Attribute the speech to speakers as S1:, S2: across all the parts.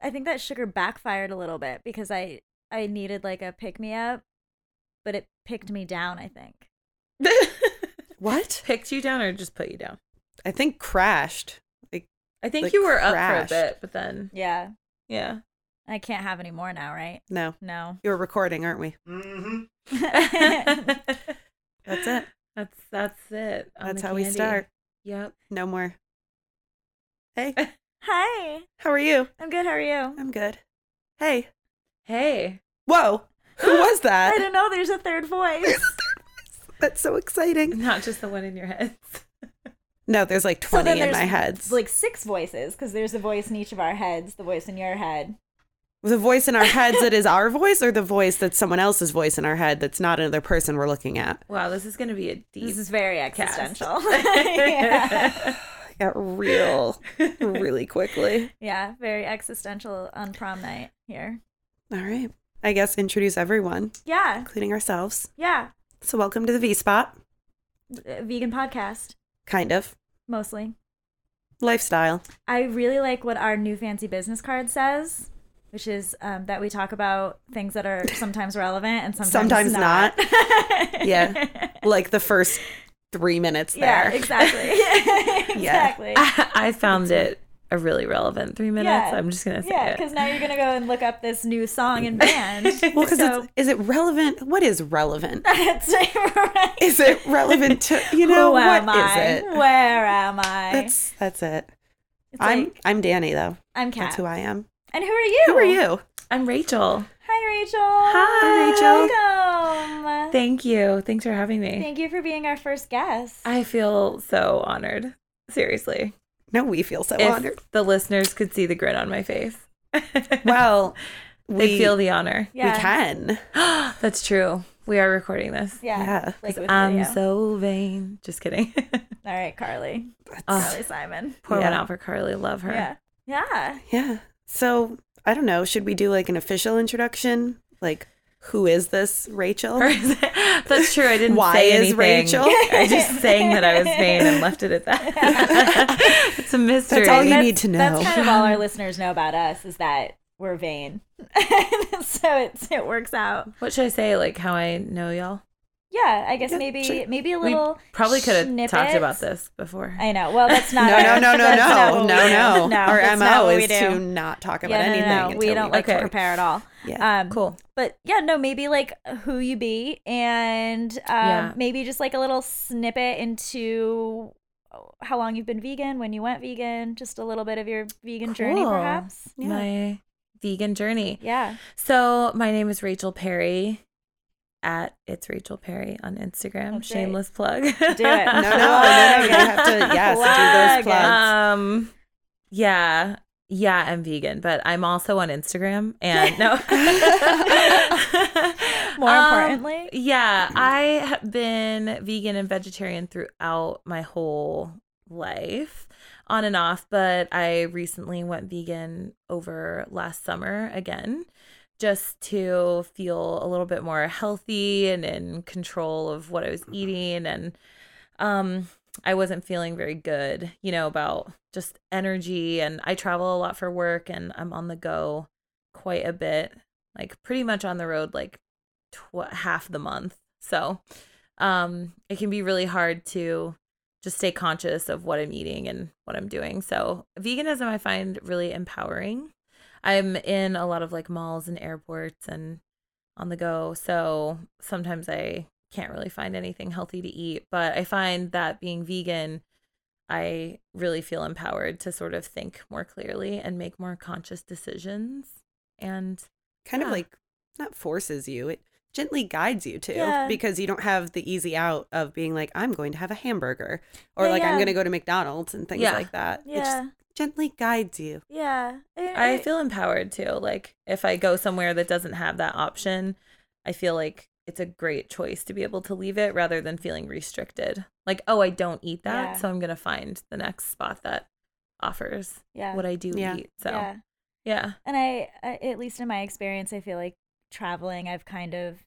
S1: I think that sugar backfired a little bit because I I needed like a pick me up, but it picked me down. I think.
S2: What?
S3: Picked you down or just put you down?
S2: I think crashed. Like
S3: I think
S2: Like,
S3: you were up
S2: crashed.
S3: for a bit, but then
S1: Yeah,
S3: yeah.
S1: I can't have any more now, right?
S2: no.
S1: No.
S2: You're recording, aren't we?
S4: Mm-hmm.
S2: That's it.
S3: That's that's it. on
S2: That's
S3: the
S2: how we
S3: candy.
S2: start.
S3: Yep.
S2: No more. Hey,
S1: Hi,
S2: how are you?
S1: I'm good. How are you?
S2: I'm good. Hey.
S3: Hey.
S2: Whoa. Who was
S1: I
S2: that?
S1: don't know. There's a third voice.
S2: That's so exciting.
S3: Not just the one in your head.
S2: No, there's like 20 in
S1: there's
S2: my heads.
S1: like six voices because there's a voice in each of our heads. The voice in your head.
S2: the voice in our heads that is our voice or the voice that's someone else's voice in our head that's not another person we're looking at.
S3: Wow, this is gonna be a deep
S1: This is very
S3: cast.
S1: existential. yeah.
S2: I got real really quickly.
S1: yeah, very existential on prom night here.
S2: All right. I guess introduce everyone,
S1: Yeah,
S2: including ourselves.
S1: yeah.
S2: So welcome to the V Spot,
S1: Uh, Vegan podcast
S2: kind of.
S1: mostly.
S2: Lifestyle.
S1: I really like what our new fancy business card says, which is um, that we talk about things that are sometimes relevant and sometimes
S2: Sometimes
S1: not.
S2: Yeah. Like the first three minutes
S1: yeah,
S2: there.
S1: exactly. exactly.
S2: Ah,
S3: I, I found it a really relevant three minutes. I'm just gonna say
S1: yeah,
S3: it.
S1: because now you're gonna go and look up this new song and band.
S2: Well, because
S1: so
S2: is it relevant? What is relevant?
S1: that's right.
S2: Is it relevant to you know
S1: Who
S2: what
S1: am
S2: is
S1: I?
S2: it?
S1: Where am I?
S2: That's that's it.
S1: It's
S2: I'm
S1: like,
S2: I'm Danny though.
S1: I'm Kat.
S2: That's who I am.
S1: and who are you?
S2: Who are you?
S3: I'm Rachel.
S1: Hi, Rachel.
S3: Hi,
S2: Rachel. Uh,
S1: Welcome.
S3: Thank you. Thanks for having me.
S1: Thank you for being our first guest.
S3: I feel so honored. Seriously.
S2: No, we feel so
S3: if
S2: honored.
S3: the listeners could see the grin on my face.
S2: Well,
S3: they
S2: we
S3: feel the honor.
S1: yeah.
S2: we can.
S3: That's true. We are recording this.
S1: Yeah.
S2: Yeah.
S1: Like with
S3: I'm
S1: video.
S3: so vain. Just kidding.
S1: All right, Carly.
S3: Ugh.
S1: Carly Simon.
S3: Pour
S2: Yeah.
S3: one out for Carly. Love her.
S1: Yeah. Yeah.
S2: Yeah. So I don't know. Should we do like an official introduction? Like, who is this Rachel?
S3: That's true. I didn't
S2: Why
S3: say
S2: is
S3: anything.
S2: Rachel?
S3: I just sang that I was vain and left it at that. it's a mystery.
S2: That's all you need to know.
S1: That's kind of all our listeners know about us is that we're vain. so it's, it works out.
S3: What should I say? Like how I know y'all?
S1: Yeah, I guess
S2: Yeah,
S1: maybe
S2: sure.
S1: maybe a little
S3: we probably could have talked
S1: snippets.
S3: about this before.
S1: I know. Well, that's not
S2: no, no,
S1: our-
S2: no, no,
S1: that's not what
S2: no,
S1: we
S2: no,
S1: do.
S2: no,
S1: No,
S2: Our
S1: that's
S2: MO
S1: not what we
S2: is
S1: do.
S2: to not talk about
S1: yeah, no, no,
S2: anything.
S1: no,
S2: until
S1: We don't like
S3: Okay.
S1: to prepare at all.
S2: Yeah.
S1: Um,
S3: cool.
S1: But yeah, no, maybe like who you be and um,
S3: Yeah.
S1: maybe just like a little snippet into uh, how long you've been vegan, when you went vegan, just a little bit of your vegan journey,
S3: Cool.
S1: perhaps.
S2: Yeah.
S3: My vegan journey.
S1: Yeah.
S3: So my name is Rachel Perry at it's Rachel Perry on Instagram.
S1: That's right.
S3: Shameless plug. Do
S1: it. No,
S2: no, no, no, no. You have to, yes, do those
S1: Plug.
S2: plugs.
S3: Um, yeah, yeah, I'm vegan, but I'm also on Instagram and no.
S1: More
S3: Um,
S1: importantly,
S3: yeah, I have been vegan and vegetarian throughout my whole life, on and off, but I recently went vegan over last summer again just to feel a little bit more healthy and in control of what I was eating and um I wasn't feeling very good, you know, about just energy and I travel a lot for work and I'm on the go quite a bit, like pretty much on the road like tw- half the month. So, um it can be really hard to just stay conscious of what I'm eating and what I'm doing. So, veganism I find really empowering. I'm in a lot of like malls and airports and on the go. So sometimes I can't really find anything healthy to eat. But I find that being vegan, I really feel empowered to sort of think more clearly and make more conscious decisions. And
S2: Kind of
S3: Yeah.
S2: like not forces you. It gently guides you to
S1: Yeah.
S2: because you don't have the easy out of being like I'm going to have a hamburger or
S1: Yeah,
S2: like
S1: yeah.
S2: I'm going to go to McDonald's and things
S3: Yeah.
S2: like that. It just
S1: yeah,
S2: gently guides you.
S1: yeah.
S3: I feel empowered too. Like if I go somewhere that doesn't have that option, I feel like it's a great choice to be able to leave it rather than feeling restricted. Like, oh, I don't eat that,
S1: Yeah.
S3: so I'm gonna find the next spot that offers
S1: yeah.
S3: what I do
S2: Yeah.
S3: eat. So yeah.
S1: yeah. and I, I at least in my experience i feel like traveling i've kind of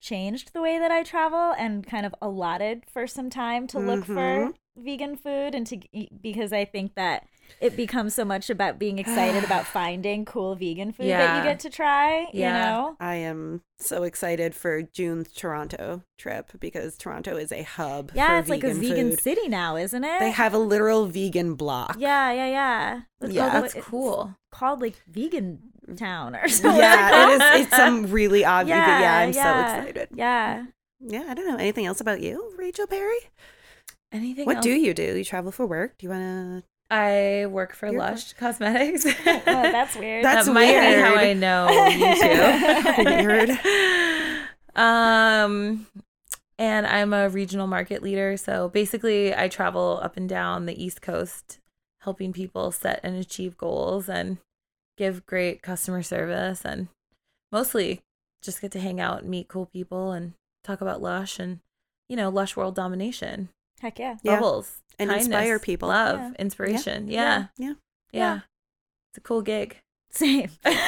S1: changed the way that i travel and kind of allotted for some time to look for
S2: Mhm.
S1: vegan food and to e, because I think that it becomes so much about being excited about finding cool vegan food that
S3: Yeah.
S1: you get to try.
S3: Yeah.
S1: You know,
S2: I am so excited for June's Toronto trip because Toronto is a hub.
S1: yeah,
S2: for
S1: it's like a
S2: vegan
S1: vegan
S2: food.
S1: city now, isn't it?
S2: They have a literal vegan block.
S1: yeah, yeah, yeah. It's
S2: Yeah. Mm.
S3: oh,
S1: called-
S3: that's
S1: it's
S3: cool.
S1: Called like Vegan Town or something.
S2: yeah, it is. It's some really obvious. Yeah, yeah I'm
S1: yeah,
S2: so excited.
S1: Yeah.
S2: Yeah, I don't know anything else about you, Rachel Perry.
S3: Anything?
S2: What
S3: else?
S2: do you do? You travel for work? Do you want
S3: I work for
S2: You're fine.
S3: Lush Cosmetics.
S1: Oh, that's weird.
S2: That's
S3: that might be how
S2: weird.
S3: I know you
S2: Weird.
S3: two. Um, and I'm a regional market leader. So basically, I travel up and down the East Coast, helping people set and achieve goals and give great customer service. And mostly just get to hang out and meet cool people and talk about Lush and, you know, Lush world domination,
S1: Heck yeah.
S2: Yeah.
S3: bubbles,
S2: And
S3: kindness,
S2: inspire people.
S3: love,
S1: Yeah.
S3: inspiration.
S1: Yeah.
S3: Yeah.
S2: Yeah.
S3: yeah.
S1: Yeah.
S3: It's a cool gig.
S1: Same.
S2: Yeah.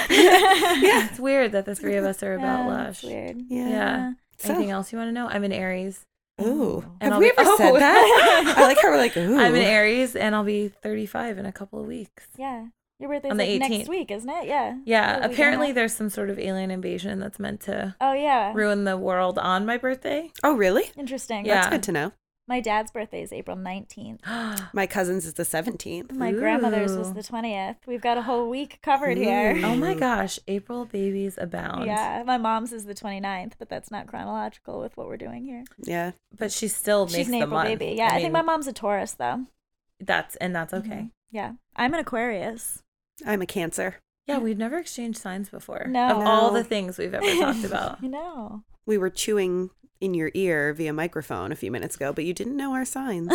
S3: It's weird that the three of us are about
S1: Yeah,
S3: Lush.
S1: that's Weird.
S2: Yeah.
S3: Yeah.
S2: So-
S3: Anything else you want to know? I'm an Aries.
S2: to? Ooh,
S3: And
S2: have
S3: I'll
S2: we
S3: be-
S2: ever said
S3: Oh.
S2: that? I like how we're like, ooh.
S3: I'm an Aries and I'll be 35 in a couple of weeks.
S1: Yeah. Your birthday's
S3: On the
S1: like
S3: 18th.
S1: next week, isn't it? Yeah.
S3: Yeah,
S1: Oh, we
S3: apparently
S1: don't-
S3: there's some sort of alien invasion that's meant to
S1: Oh yeah.
S3: ruin the world on my birthday.
S2: Oh, really?
S1: Interesting.
S3: Yeah.
S2: That's good to know.
S1: My dad's birthday is April 19th.
S3: oh
S2: My cousin's is the 17th.
S1: My grandmother's was
S3: Ooh.
S1: the 20th. We've got a whole week covered here.
S2: Ooh.
S3: my gosh, April babies abound.
S1: Yeah, my mom's is the 29th, but that's not chronological with what we're doing here.
S2: Yeah.
S3: But she still makes
S1: She's an
S3: the
S1: April
S3: month.
S1: baby. Yeah, I,
S3: mean,
S1: think my mom's a Taurus though.
S3: That's and that's okay.
S1: Mhm. Yeah, I'm an Aquarius.
S2: I'm a cancer.
S3: Yeah, we've never exchanged signs before.
S1: No.
S3: Of all
S2: No.
S3: the things we've ever talked about.
S1: I know.
S2: We were chewing in your ear via microphone a few minutes ago, but you didn't know our signs.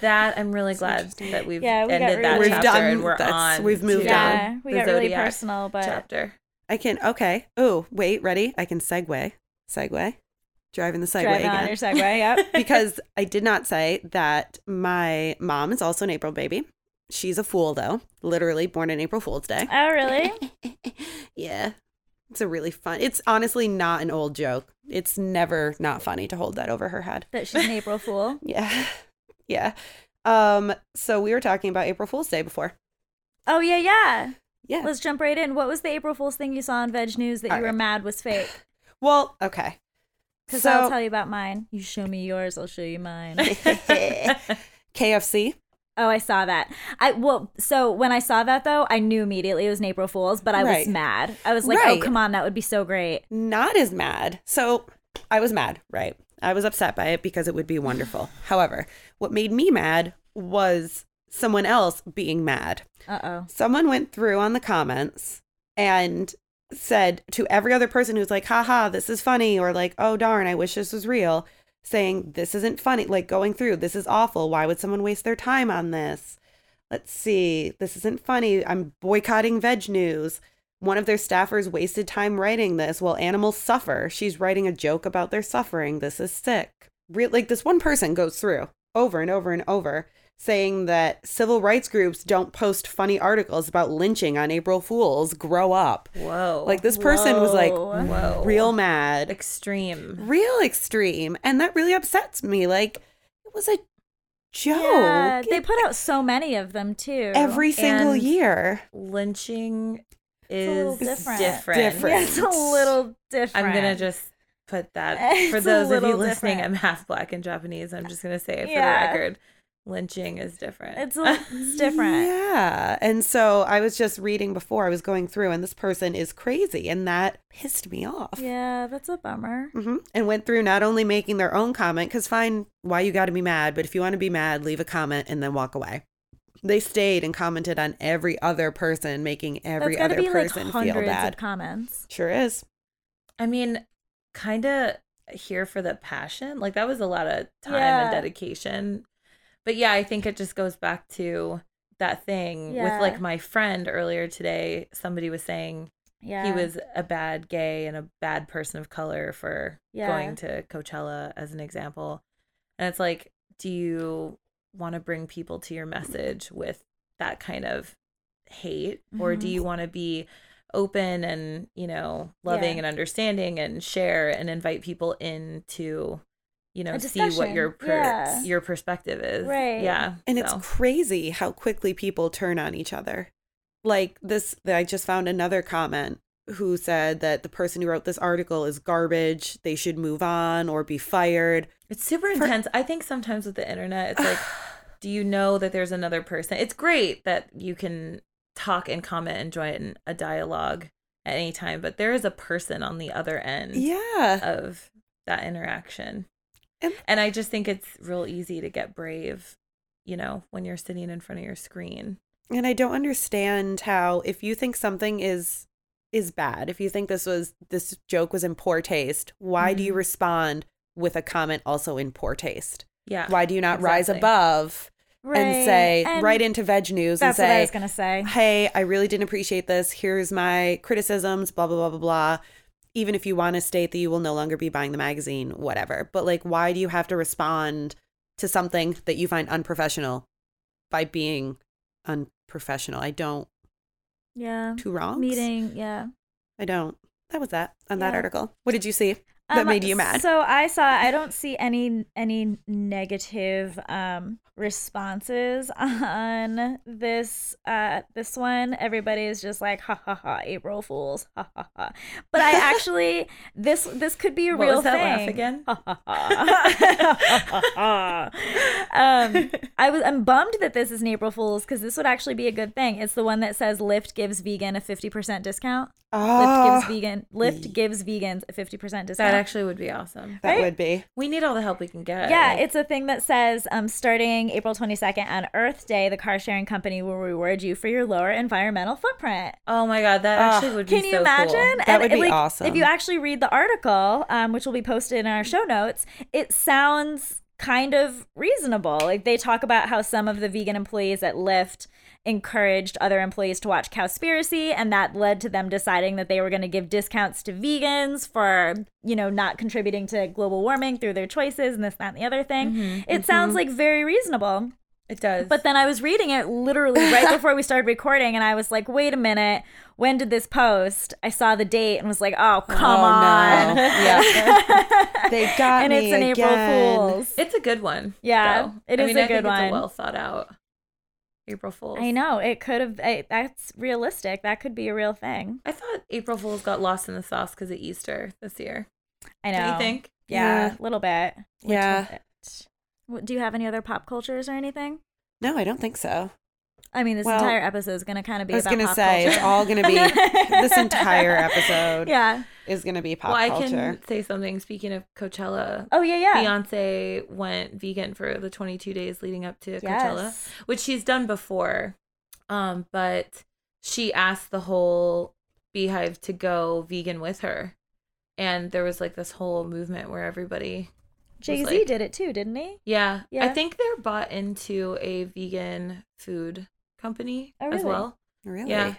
S3: That I'm really glad
S2: interesting.
S3: that we've
S1: Yeah, we got
S3: ended that
S1: really-
S3: chapter
S2: We've done-
S3: and we're
S2: that's-
S3: on.
S2: we've moved
S3: to
S1: yeah, we
S3: the
S1: got really
S3: zodiac
S1: personal, but
S3: chapter.
S2: I can. Okay. Oh, wait. Ready? I can segue. Segue. Driving the segue
S1: drive on
S2: again.
S1: your segue. Yep.
S2: because I did not say that my mom is also an April baby. She's a fool, though. Literally born on April Fool's Day.
S1: oh really?
S2: yeah. It's a really fun. It's honestly not an old joke. It's never not funny to hold that over her head.
S1: That she's an April Fool.
S2: Yeah. Yeah. Um so we were talking about April Fool's Day before.
S1: Oh yeah, yeah.
S2: Yeah.
S1: Let's jump right in. What was the April Fool's thing you saw on Veg News that you
S2: All
S1: were
S2: right.
S1: mad was fake?
S2: Well, okay.
S1: Because
S2: So-
S1: I'll tell you about mine. You show me yours, I'll show you mine.
S2: KFC.
S1: oh, I saw that. I well, so when I saw that though, I knew immediately it was an April Fool's, but I
S2: Right.
S1: was mad. I was like,
S2: Right.
S1: oh come on, that would be so great.
S2: not as mad. So I was mad, right? I was upset by it because it would be wonderful. However, what made me mad was someone else being mad.
S1: Uh oh.
S2: Someone went through on the comments and said to every other person who's like, haha, this is funny, or like, oh darn, I wish this was real, saying, this isn't funny, like going through, this is awful. Why would someone waste their time on this? Let's see, this isn't funny. I'm boycotting veg news. One of their staffers wasted time writing this while animals suffer. She's writing a joke about their suffering. This is sick. Re- like this one person goes through over and over and over saying that civil rights groups don't post funny articles about lynching on April Fools. Grow up.
S3: Whoa.
S2: Like this person was like
S1: Whoa.
S3: Whoa.
S2: real mad,
S3: extreme.
S2: real extreme, and that really upsets me. Like it was a joke
S1: Yeah, they put out so many of them too.
S2: every single
S3: and-
S2: year.
S3: Lynching
S1: a little
S3: is different.
S1: different.
S2: Different.
S1: Yeah, it's a little different.
S3: I'm gonna just put that
S1: It's
S3: for
S1: a
S3: those of you
S1: little
S3: listening.
S1: different.
S3: I'm half black and Japanese. I'm just gonna say it for
S1: Yeah.
S3: the record. Lynching is different.
S1: It's, a, it's different.
S2: Yeah. And so I was just reading before I was going through, and this person is crazy, and that pissed me off.
S1: Yeah, that's a bummer.
S2: hmm And went through not only making their own comment, because fine, why you got to be mad, but if you want to be mad, leave a comment and then walk away. They stayed and commented on every other person, making every
S1: that's
S2: other
S1: gotta be like
S2: person
S1: hundreds
S2: feel
S1: of
S2: bad.
S1: comments.
S2: Sure is.
S3: I mean, kind of here for the passion. Like that was a lot of time
S1: Yeah.
S3: and dedication. But yeah, I think it just goes back to that thing
S1: Yeah.
S3: with like my friend earlier today. Somebody was saying
S1: Yeah,
S3: he was a bad gay and a bad person of color for
S1: Yeah.
S3: going to Coachella as an example. And it's like, do you want to bring people to your message with that kind of hate or do
S1: Mhm.
S3: you want to be open and, you know, loving
S1: Yeah.
S3: and understanding and share and invite people into you know
S1: A
S3: see what
S1: discussion,
S3: your per-
S1: yeah.
S3: your perspective is
S1: Right.
S3: yeah
S2: And
S3: so.
S2: it's crazy how quickly people turn on each other. Like this, I just found another comment who said that the person who wrote this article is garbage. They should move on or be fired.
S3: It's super intense. I think sometimes with the internet, it's like, do you know that there's another person? It's great that you can talk and comment and join a dialogue at any time, but there is a person on the other end
S2: Yeah.
S3: of that interaction.
S2: And-
S3: And I just think it's real easy to get brave, you know, when you're sitting in front of your screen.
S2: And I don't understand how if you think something is is bad, if you think this was this joke was in poor taste, why do you respond with a comment also in poor taste?
S3: Yeah.
S2: Why do you not rise
S3: exactly.
S2: above and say
S1: And
S2: right into veg news and
S1: That's what I
S2: say
S1: was gonna say.
S2: hey, I really didn't appreciate this. Here's my criticisms, blah, blah, blah, blah, blah. Even if you want to state that you will no longer be buying the magazine, whatever. But like, why do you have to respond to something that you find unprofessional by being unprofessional? I don't.
S1: Yeah.
S2: Two wrongs?
S1: Meeting. Yeah.
S2: I don't. That was that on that
S1: Yeah.
S2: article. What did you see that
S1: Um,
S2: made you mad?
S1: So I saw I don't see any any negative um responses on this uh this one. Everybody is just like ha ha ha April Fools. Ha ha ha. But I actually this this could be a
S3: What
S1: real
S3: was that
S1: thing.
S3: laugh again?
S1: Ha, ha, ha. um, I was I'm bummed that this is an April Fool's because this would actually be a good thing. It's the one that says Lyft gives vegan a 50% discount. Lyft gives
S2: Ah,
S1: vegan Lyft gives vegans a 50% discount.
S3: That actually would be awesome.
S2: that
S1: right?
S2: would be.
S3: We need all the help we can get.
S1: yeah,
S3: Like,
S1: it's a thing that says um, starting April 22nd on Earth Day, the car sharing company will reward you for your lower environmental footprint.
S3: oh my God, that
S2: Ugh.
S3: actually would be
S1: Can you
S3: so
S1: imagine?
S3: cool.
S2: That would be awesome.
S1: If you actually read the article, um, which will be posted in our show notes, it sounds kind of reasonable. Like they talk about how some of the vegan employees at Lyft encouraged other employees to watch Cowspiracy, and that led to them deciding that they were going to give discounts to vegans for you know not contributing to global warming through their choices and this, that, and the other thing.
S2: Mm-hmm,
S1: It sounds like very reasonable.
S3: It does.
S1: But then I was reading it literally right before we started recording, and I was like, wait a minute, when did this post? I saw the date and was like, oh, come
S2: oh,
S1: on.
S2: no. Yeah. they got
S1: And
S2: me.
S1: it's an
S2: again.
S1: April Fool's.
S3: It's a good one.
S1: Yeah,
S3: though.
S1: it
S3: I
S1: is
S3: mean,
S1: a
S3: I think
S1: good
S3: It's
S1: one.
S3: a well thought out April Fool's.
S1: I know. It could have, I- that's realistic. That could be a real thing.
S3: I thought April Fool's got lost in the sauce because of Easter this year.
S1: I know.
S3: Don't you think?
S1: Yeah,
S2: Yeah.
S1: a little bit.
S2: Yeah.
S1: What- Do you have any other pop cultures or anything?
S2: No, I don't think so.
S1: I mean, this
S2: Well,
S1: entire episode is going to kind of be
S2: I was
S1: about
S2: gonna
S1: pop
S2: say it's
S1: culture.
S2: all gonna be this entire episode
S1: Yeah.
S2: is gonna be pop
S3: well, I
S2: culture.
S3: can say something. Speaking of Coachella,
S1: Oh, yeah, yeah.
S3: Beyonce went vegan for the 22 days leading up to Coachella,
S1: Yes.
S3: which she's done before. Um, but she asked the whole beehive to go vegan with her. And there was like this whole movement where everybody
S1: Jay Z
S3: like-
S1: did it too, didn't he?
S3: Yeah. I
S1: Yeah.
S3: think they're bought into a vegan food company
S1: Oh,
S3: as
S1: really?
S3: well.
S2: Really?
S3: Yeah.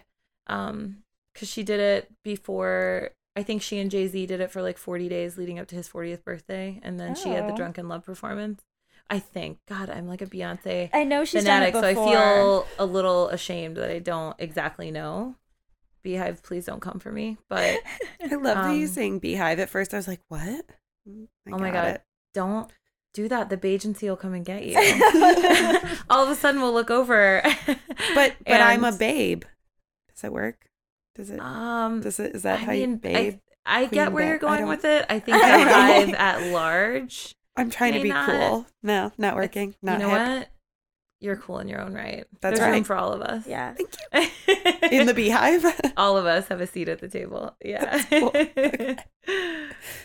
S3: Um, cause she did it before. I think she and Jay Z did it for like 40 days leading up to his 40th birthday, and then she had the
S1: Oh.
S3: drunken love performance. I think. God, I'm like a Beyonce
S1: I know she's
S3: fanatic,
S1: done
S3: so
S1: it
S3: I
S1: before.
S3: feel a little ashamed that I don't exactly know. Beehive, please don't come for me. But
S2: I love that you
S3: Um,
S2: saying beehive. At first, I was like, "What?" I
S3: oh my
S2: got
S3: god,
S2: it.
S3: don't do that. The Bajancy will come and get you. all of a sudden we'll look over
S2: But but I'm a
S3: And,
S2: babe. Does it work? Does it?
S3: um
S2: does it? Is that
S3: I
S2: how
S3: mean,
S2: you
S3: I-
S2: babe?
S3: i get
S2: Queen
S3: where
S2: Ba-
S3: you're
S2: I
S3: going
S2: don't-
S3: with it i think
S1: I don't
S2: know.
S3: beehive at large
S2: I, am trying to
S3: may
S2: be
S3: not.
S2: cool. No, not working.
S3: you
S2: Not
S3: know
S2: hip.
S3: what you're cool in your own right
S2: That's
S3: there's room
S2: right.
S3: for all of us
S1: yeah.
S2: in the beehive.
S3: all of us have a seat at the table yeah
S2: cool.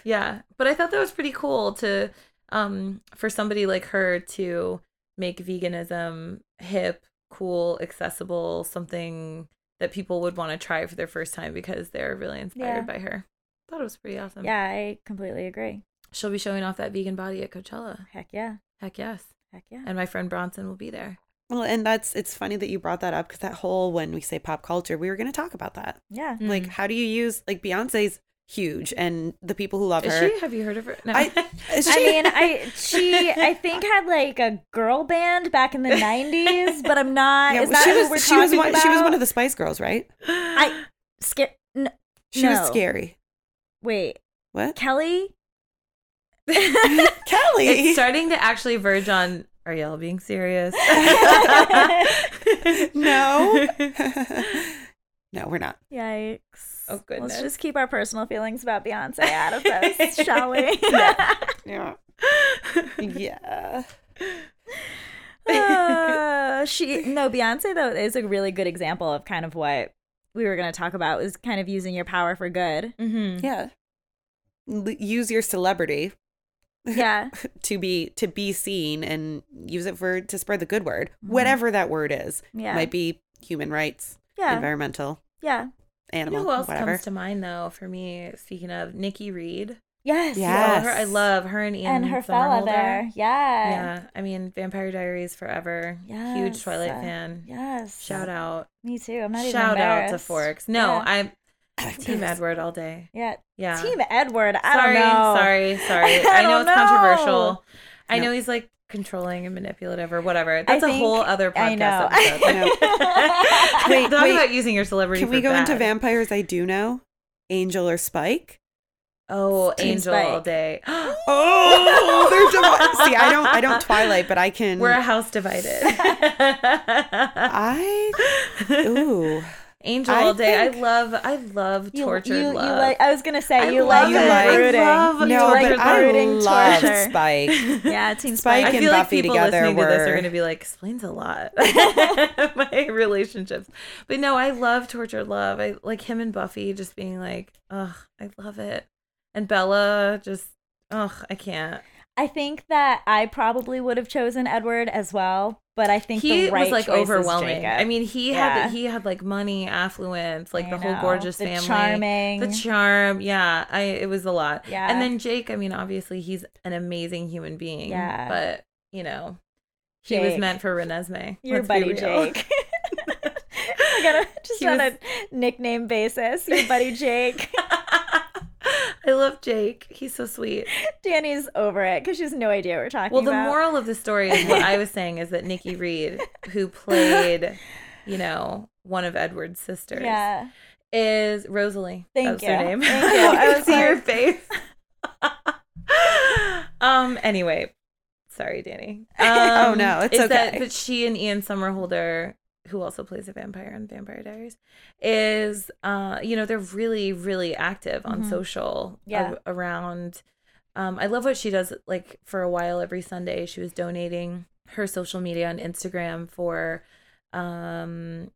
S3: yeah but i thought that was pretty cool to um for somebody like her to make veganism hip cool accessible something that people would want to try for their first time because they're really inspired
S1: Yeah.
S3: by her thought it was pretty awesome
S1: Yeah, I completely agree.
S3: she'll be showing off that vegan body at coachella
S1: Heck yeah.
S3: heck yes
S1: Heck yeah.
S3: and my friend bronson will be there
S2: well, and that's it's funny that you brought that up because that whole when we say pop culture, we were going to talk about that.
S1: Yeah.
S3: Mm.
S2: Like, how do you use like Beyonce's huge and the people who love
S3: is
S2: her?
S3: she uh, have you heard of her no.
S2: I- is
S1: I
S2: she-
S1: mean, I she I think had like a girl band back in the '90s, but I'm not.
S2: Yeah,
S1: is that
S2: she
S1: who
S2: was
S1: we're
S2: she was
S1: talking
S2: one, she was one of
S1: about?
S2: the Spice Girls, right?
S1: I sca- n-
S2: She was
S1: No.
S2: scary.
S1: wait,
S2: What?
S1: Kelly.
S2: Kelly.
S3: It's starting to actually verge on. Are y'all being serious?
S2: no. no, we're not.
S1: Yikes.
S3: Oh,
S1: Let's
S3: goodness.
S1: just keep our personal feelings about Beyonce out of this, shall we?
S2: Yeah. yeah.
S1: Uh, she no Beyonce though is a really good example of kind of what we were going to talk about was kind of using your power for good.
S3: hmm
S2: Yeah. L- use your celebrity
S1: Yeah.
S2: to be to be seen and use it for to spread the good word, whatever that word is.
S1: Yeah.
S2: Might be human rights,
S1: yeah.
S2: environmental,
S1: yeah.
S3: You
S2: animal,
S3: know who else
S2: whatever.
S3: comes to mind though? For me, speaking of Nikki Reed,
S1: Yes.
S2: Yeah.
S3: Yeah,
S2: Yes.
S3: her, I love her and Ian
S1: And her
S3: Somerhalder.
S1: fella there. Yeah.
S3: Yeah, I mean Vampire Diaries forever.
S1: Yes.
S3: Huge Twilight fan.
S1: Yes.
S3: Shout out.
S1: Me too. I'm not even
S3: Shout out to
S1: embarrassed.
S3: Forks. No,
S1: Yeah.
S3: I'm Team Edward all day.
S1: Yeah.
S3: Yeah.
S1: Team Edward. I
S3: sorry,
S1: don't know.
S3: sorry, sorry.
S1: I
S3: I, know
S1: don't
S3: it's
S1: know.
S3: controversial. I
S2: No.
S3: know he's like controlling and manipulative or whatever. That's a
S1: think-
S3: whole other podcast
S1: I know.
S2: I
S3: episode.
S2: know. Wait,
S3: Talk
S2: wait.
S3: about using your celebrity.
S2: Can we
S3: for
S2: go into
S3: bad.
S2: vampires I do know? Angel or Spike?
S3: Oh,
S1: Team
S3: Angel
S1: Spike.
S3: all day.
S2: Oh, there's a See, I don't I don't Twilight, but I can
S3: We're a house divided.
S2: I ooh.
S3: Angel
S2: I
S3: all day. I
S2: think-
S3: love. I love
S1: You-
S3: tortured
S1: you, you
S3: love.
S1: like- I was gonna say
S3: I
S1: you
S3: love
S1: love,
S2: it.
S1: the
S2: I
S1: brooding.
S3: love
S1: You
S2: No,
S3: Torture.
S1: like
S2: but
S1: the
S2: I
S1: brooding
S2: love
S1: torture.
S2: Spike.
S1: Yeah, Team
S2: Spike
S1: Spike.
S3: I
S2: and
S3: feel like
S2: Buffy
S3: people
S2: together
S3: listening to this
S2: were-
S3: are going to be like, explains a lot my relationships. But no, I love tortured love. I like him and Buffy just being like, ugh, I love it. And Bella just, ugh, I can't.
S1: I think that I probably would have chosen Edward as well, but I think
S3: he
S1: the right
S3: was like
S1: choice is
S3: overwhelming.
S1: Jacob.
S3: I mean, he
S1: Yeah.
S3: had he had like money, affluence, like
S1: I
S3: the whole
S1: know.
S3: gorgeous
S1: the
S3: family,
S1: charming.
S3: the charm. Yeah, I it was a lot.
S1: Yeah.
S3: and then Jake. I mean, obviously he's an amazing human being.
S1: Yeah.
S3: but you know, he was
S1: Jake.
S3: meant for Renesmee.
S1: your
S3: Let's be
S1: buddy
S3: real.
S1: Jake. I gotta just
S3: He
S1: on
S3: was-
S1: a nickname basis. Your buddy Jake.
S3: I love Jake. He's so sweet.
S1: Danny's over it because she has no idea what we're talking
S3: Well, the
S1: about.
S3: moral of the story is what I was saying is that Nikki Reed, who played, you know, one of Edward's sisters,
S1: yeah.
S3: is Rosalie.
S1: Thank
S3: that was Her
S1: you.
S3: name.
S1: Thank you. I
S3: I
S1: was
S3: see your
S1: like-
S3: face. um. Anyway, sorry, Danny. Um,
S2: Oh, no, it's
S3: is That,
S2: okay.
S3: but she and Ian Somerhalder, who also plays a vampire in Vampire Diaries, is uh, you know, they're really, really active on
S1: Mhm.
S3: social.
S1: Yeah.
S3: a- around. Um, I love what she does. Like for a while, every Sunday, she was donating her social media and Instagram for um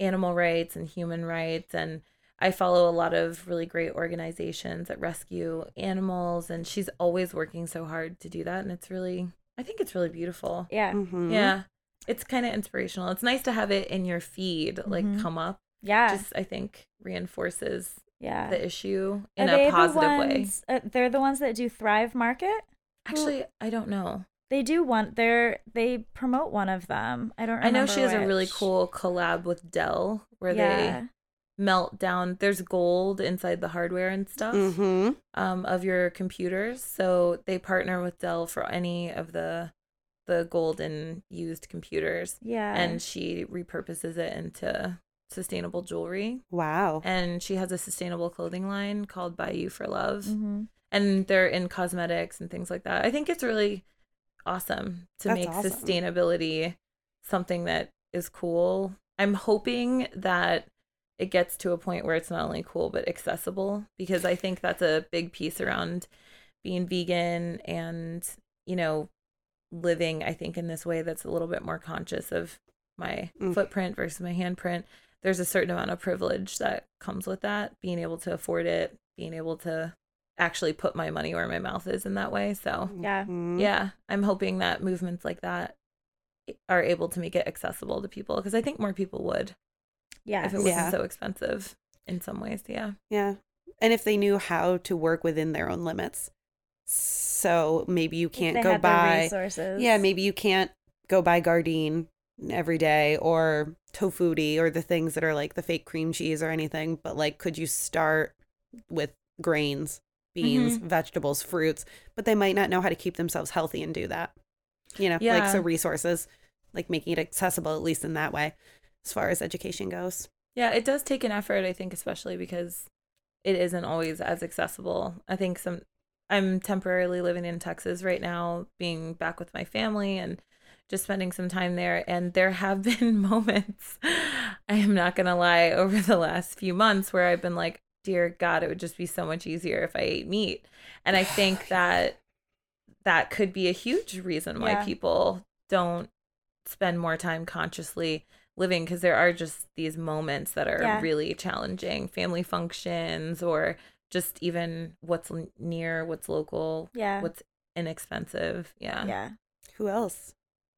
S3: animal rights and human rights and I follow a lot of really great organizations that rescue animals and she's always working so hard to do that and it's really I think it's really beautiful.
S1: Yeah.
S2: Mhm.
S3: Yeah. It's kind of inspirational. It's nice to have it in your feed like
S1: Mhm.
S3: come up.
S1: Yeah.
S3: Just I think reinforces
S1: yeah.
S3: the issue
S1: Are
S3: in
S1: they
S3: a positive
S1: the
S3: way.
S1: ones, Uh, they're the ones that do Thrive Market.
S3: Actually, I don't know.
S1: They do want they're they promote one of them. I don't.
S3: I
S1: Remember
S3: know she has a really
S1: which.
S3: cool collab with Dell where
S1: yeah.
S3: they melt down there's gold inside the hardware and stuff.
S2: Mhm.
S3: um, of your computers. So they partner with Dell for any of the the gold and used computers,
S1: yeah.
S3: and she repurposes it into sustainable jewelry.
S2: Wow.
S3: And she has a sustainable clothing line called "By You for Love,"
S1: Mhm.
S3: and they're in cosmetics and things like that. I think it's really awesome to
S2: That's
S3: make
S2: awesome.
S3: sustainability something that is cool. I'm hoping that it gets to a point where it's not only cool but accessible because I think that's a big piece around being vegan and, you know, living I think in this way that's a little bit more conscious of my
S2: Mm.
S3: footprint versus my handprint. There's a certain amount of privilege that comes with that, being able to afford it, being able to actually put my money where my mouth is in that way. So,
S1: Yeah.
S2: Mhm.
S3: yeah, I'm hoping that movements like that are able to make it accessible to people because I think more people would
S1: Yeah.
S3: if it wasn't
S2: Yeah.
S3: so expensive in some ways. Yeah.
S2: Yeah. And if they knew how to work within their own limits. So maybe you
S1: If
S2: can't
S1: they
S2: go
S1: had the
S2: buy
S1: resources.
S2: Yeah, maybe you can't go buy Gardein every day or tofuti or the things that are like the fake cream cheese or anything, but like could you start with grains, beans,
S1: Mm-hmm.
S2: vegetables, fruits, but they might not know how to keep themselves healthy and do that. You know, like
S3: Yeah.
S2: so resources, like making it accessible at least in that way as far as education goes.
S3: Yeah, it does take an effort, I think, especially because it isn't always as accessible. I think some I'm temporarily living in Texas right now, being back with my family and just spending some time there. And there have been moments, I am not going to lie, over the last few months where I've been like, dear God, it would just be so much easier if I ate meat. And I think that that could be a huge reason why
S1: Yeah.
S3: people don't spend more time consciously living because there are just these moments that are
S1: Yeah.
S3: really challenging family functions or just even what's l- near what's local
S1: Yeah.
S3: what's inexpensive yeah
S1: yeah.
S2: Who else?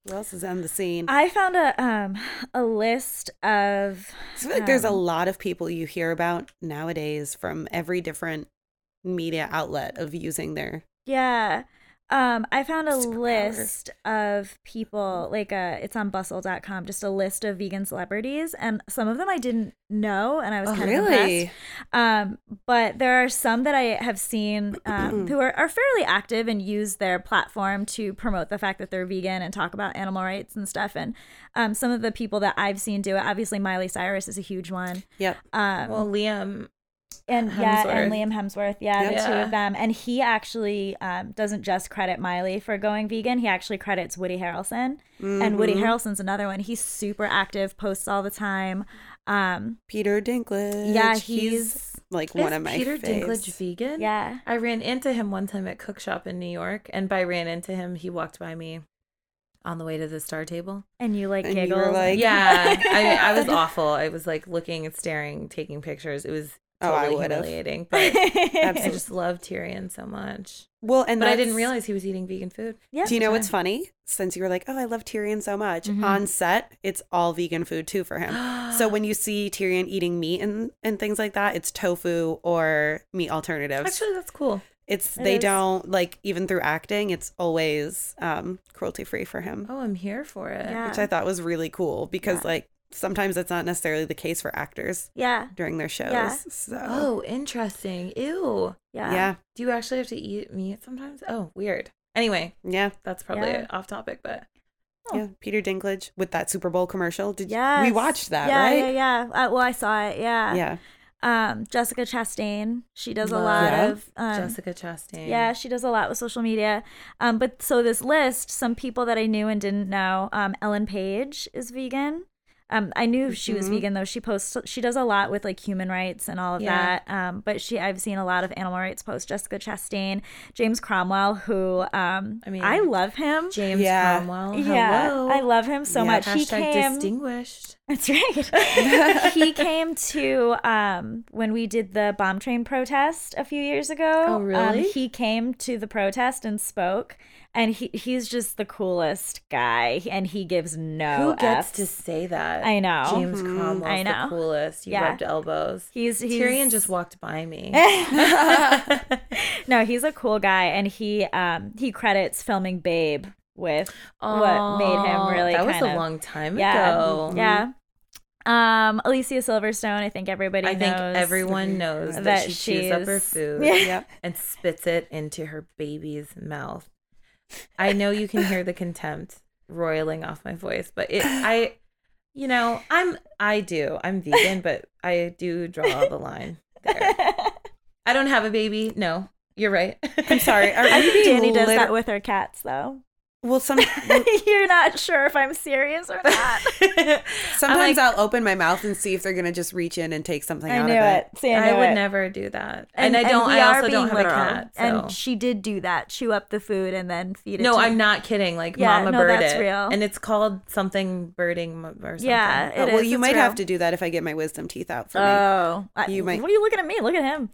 S2: Who else is on the scene?
S1: I found a um a list of
S2: I feel like there's a
S1: um,
S2: lot of people you hear about nowadays from every different media outlet of using their
S1: Yeah. Um, I found a
S2: Superpower.
S1: list of people, like uh it's on bustle.com, just a list of vegan celebrities and some of them I didn't know and I was
S2: Oh,
S1: kind of
S2: really?
S1: impressed. Um, but there are some that I have seen um, who are, are fairly active and use their platform to promote the fact that they're vegan and talk about animal rights and stuff. And um, some of the people that I've seen do it, obviously Miley Cyrus is a huge one.
S2: yep
S1: Um,
S3: well liam
S1: and yeah, and
S3: Hemsworth.
S1: Liam Hemsworth, yeah, the two
S3: Yeah.
S1: of them, and he actually um, doesn't just credit Miley for going vegan. He actually credits Woody Harrelson, and
S2: Mm-hmm.
S1: Woody Harrelson's another one. He's super active, posts all the time. Um,
S2: Peter Dinklage.
S1: yeah, he's,
S2: like
S3: is
S2: one of my
S3: peter dinklage
S2: faves.
S3: vegan
S1: yeah,
S3: I ran into him one time at Cook Shop in New York, and by ran into him, he walked by me on the way to the star table.
S1: and you like
S2: And you
S1: giggle,
S2: were like-
S3: Yeah, I, I was awful. I was like looking and staring, taking pictures. It was
S2: Oh, I
S3: totally
S2: would've.
S3: humiliating, but I
S2: Absolutely.
S3: just love Tyrion so much.
S2: Well, and
S3: But I didn't
S2: that's-
S3: realize he was eating vegan food.
S1: yeah,
S2: Do you know what's funny? Since you were like, "Oh, I love Tyrion so much,"
S1: Mm-hmm.
S3: Mhm.
S2: on set, it's all vegan food too for him. so when you see Tyrion eating meat and and things like that, it's tofu or meat alternatives.
S3: actually, that's cool.
S2: it's
S1: It
S2: they
S1: is.
S2: don't like even through acting, it's always um, cruelty free for him,
S3: Oh, I'm here for it.
S1: Yeah.
S2: which I thought was really cool because
S1: Yeah.
S2: like sometimes that's not necessarily the case for actors
S1: yeah,
S2: during their shows.
S1: Yeah.
S2: So
S3: Oh, interesting. Ew.
S1: yeah,
S2: yeah,
S3: Do you actually have to eat meat sometimes? Oh, weird. Anyway,
S2: yeah.
S3: that's probably
S1: Yeah.
S3: off topic, but
S1: Oh.
S2: Yeah, Peter Dinklage with that Super Bowl commercial. Did
S1: yeah.
S2: we watched that,
S1: yeah,
S2: right?
S1: Yeah, yeah. Uh, well, I saw it. Yeah,
S2: Yeah.
S1: Um, Jessica Chastain, she does a
S3: Love
S1: lot
S2: Yeah.
S1: of um,
S3: Jessica Chastain.
S1: Yeah, she does a lot with social media. Um, but so this list, some people that I knew and didn't know, um, Ellen Page is vegan. Um, I knew she was
S2: Mhm.
S1: vegan though. She posts, she does a lot with like human rights and all of
S3: Yeah.
S1: that. Um, but she, I've seen a lot of animal rights posts. Jessica Chastain, James Cromwell, who um, I
S3: I mean-
S1: mean, I love him.
S3: James
S2: Yeah.
S3: Cromwell.
S1: yeah,
S3: Hello.
S1: I love him so
S2: Yeah.
S1: much. he
S3: Hashtag
S1: came.
S3: distinguished.
S1: That's right. he came to um, when we did the bomb train protest a few years ago.
S3: Oh,
S1: um,
S3: really?
S1: he came to the protest and spoke, and he he's just the coolest guy, and he gives no.
S3: Who gets to
S1: Fs.
S3: say that?
S1: I know.
S3: James
S2: Mhm.
S3: Cromwell's
S1: I know.
S3: the coolest. You
S1: Yeah.
S3: rubbed elbows.
S1: He's, he's
S3: Tyrion just walked by me.
S1: no, he's a cool guy, and he um he credits filming Babe with
S3: Aw,
S1: what made him really
S3: That was
S1: kind
S3: a
S1: of-
S3: long time
S1: yeah
S3: ago.
S1: yeah. Um, Alicia Silverstone, I think everybody
S3: I
S1: knows.
S3: think everyone knows that,
S1: that
S3: she chews up her
S1: she's-
S3: food
S1: Yeah.
S2: Yep.
S3: and spits it into her baby's mouth. I know you can hear the contempt roiling off my voice, but it I you know, I'm I do. I'm vegan, but I do draw the line there. I don't have a baby. No, you're right.
S2: I'm sorry. Are
S1: I
S2: we
S1: think
S2: being
S1: Danny does
S2: lit-
S1: that with her cats, though.
S2: Well, some
S1: Mm. You're not sure if I'm serious or not.
S2: sometimes
S3: like-
S2: I'll open my mouth and see if they're gonna just reach in and take something
S1: I
S2: out
S1: knew
S2: of it.
S1: it. See, I,
S3: I
S1: knew
S3: would
S1: it.
S3: never do that. And, I don't I also don't have a cat. So.
S1: And she did do that: chew up the food and then feed it.
S3: no,
S1: to
S3: I'm not kidding. Like
S1: Yeah,
S3: mama
S1: no,
S3: bird
S1: that's
S3: it.
S1: real.
S3: And it's called something birding m- or something.
S1: Yeah,
S2: Oh,
S1: it
S2: well,
S1: is,
S2: you
S1: it's
S2: might have
S1: real.
S2: to do that if I get my wisdom teeth out for me.
S1: Oh, I-
S2: You might-
S1: What are you looking at me? Look at him.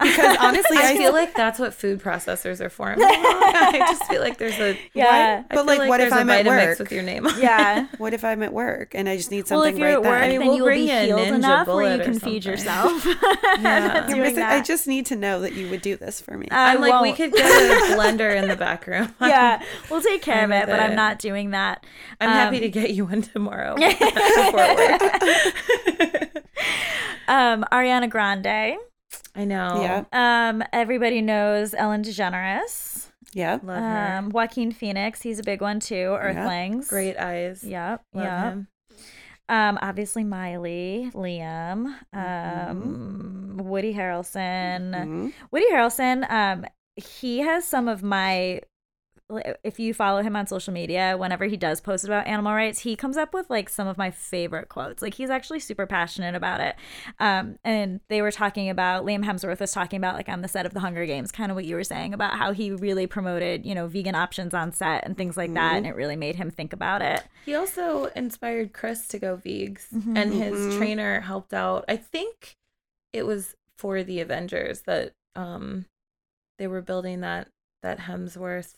S2: Because honestly,
S3: I
S2: I
S3: feel like that's what food processors are for. I'm like, I just feel like there's a
S1: Yeah.
S3: I feel
S2: But, like, what if
S3: there's a
S2: I'm at
S3: Vitamix
S2: work?
S3: with your name on it.
S1: Yeah.
S2: What if I'm at work and I just need
S1: well,
S2: something
S1: if you're at
S2: right
S1: work,
S2: then?
S3: I mean,
S1: then
S3: we'll
S1: you will
S3: bring
S1: be
S3: you a
S1: healed
S3: Ninja
S1: enough where
S3: Bullet
S1: you
S3: or
S1: can feed
S3: something.
S1: yourself. Uh,
S3: Yeah.
S2: You're
S1: doing
S2: missing- I
S1: that.
S2: just need to know that you would do this for me.
S1: I
S3: I'm like, we
S1: won't.
S3: could go to the blender in the back room.
S1: yeah, we'll take care of
S3: I'm
S1: it, but I'm
S3: good.
S1: not doing that.
S3: I'm
S1: Um,
S3: happy to get you one tomorrow. before work.
S1: Um, Ariana Grande.
S3: I know.
S2: Yeah.
S1: Um, everybody knows Ellen DeGeneres.
S2: yeah.
S3: Love her.
S1: Um, Joaquin Phoenix, he's a big one too. Earthlings,
S3: Great eyes.
S1: Yep,
S3: Love
S1: yep.
S3: him.
S1: Um, obviously Miley,
S3: Mm-hmm.
S1: Liam, um, Woody Harrelson.
S2: Mhm.
S1: Woody Harrelson. Um, he has some of my if you follow him on social media whenever he does post about animal rights he comes up with like some of my favorite quotes like he's actually super passionate about it um, and they were talking about liam hemsworth was talking about like on the set of the hunger games kind of what you were saying about how he really promoted you know vegan options on set and things like
S3: Mm-hmm.
S1: that and it really made him think about it
S3: He also inspired Chris to go vegs,
S1: Mm-hmm.
S3: and his
S2: Mhm.
S3: trainer helped out. I think it was for the Avengers that um they were building that that Hemsworth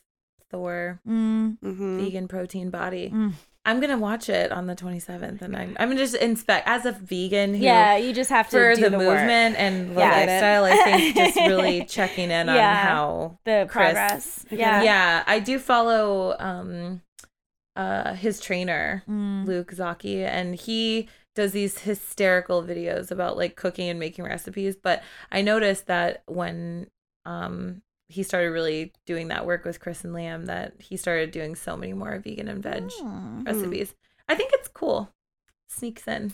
S3: Thor
S1: Mm,
S2: Mm-hmm.
S3: vegan protein body.
S1: Mm.
S3: I'm gonna watch it on the 27th, and I'm I'm gonna just inspect as a vegan. Who,
S1: yeah you just have to
S3: For
S1: do
S3: the,
S1: the work,
S3: movement and the
S1: Yeah.
S3: lifestyle, I
S1: Get it.
S3: think just really checking in on
S1: Yeah.
S3: how
S1: the
S3: Chris.
S1: progress
S2: Okay.
S1: yeah
S3: yeah i do follow um uh his trainer
S1: Mm.
S3: luke zaki and he does these hysterical videos about like cooking and making recipes but i noticed that when um he started really doing that work with chris and liam that he started doing so many more vegan and veg
S1: Mm.
S3: recipes i think it's cool sneaks in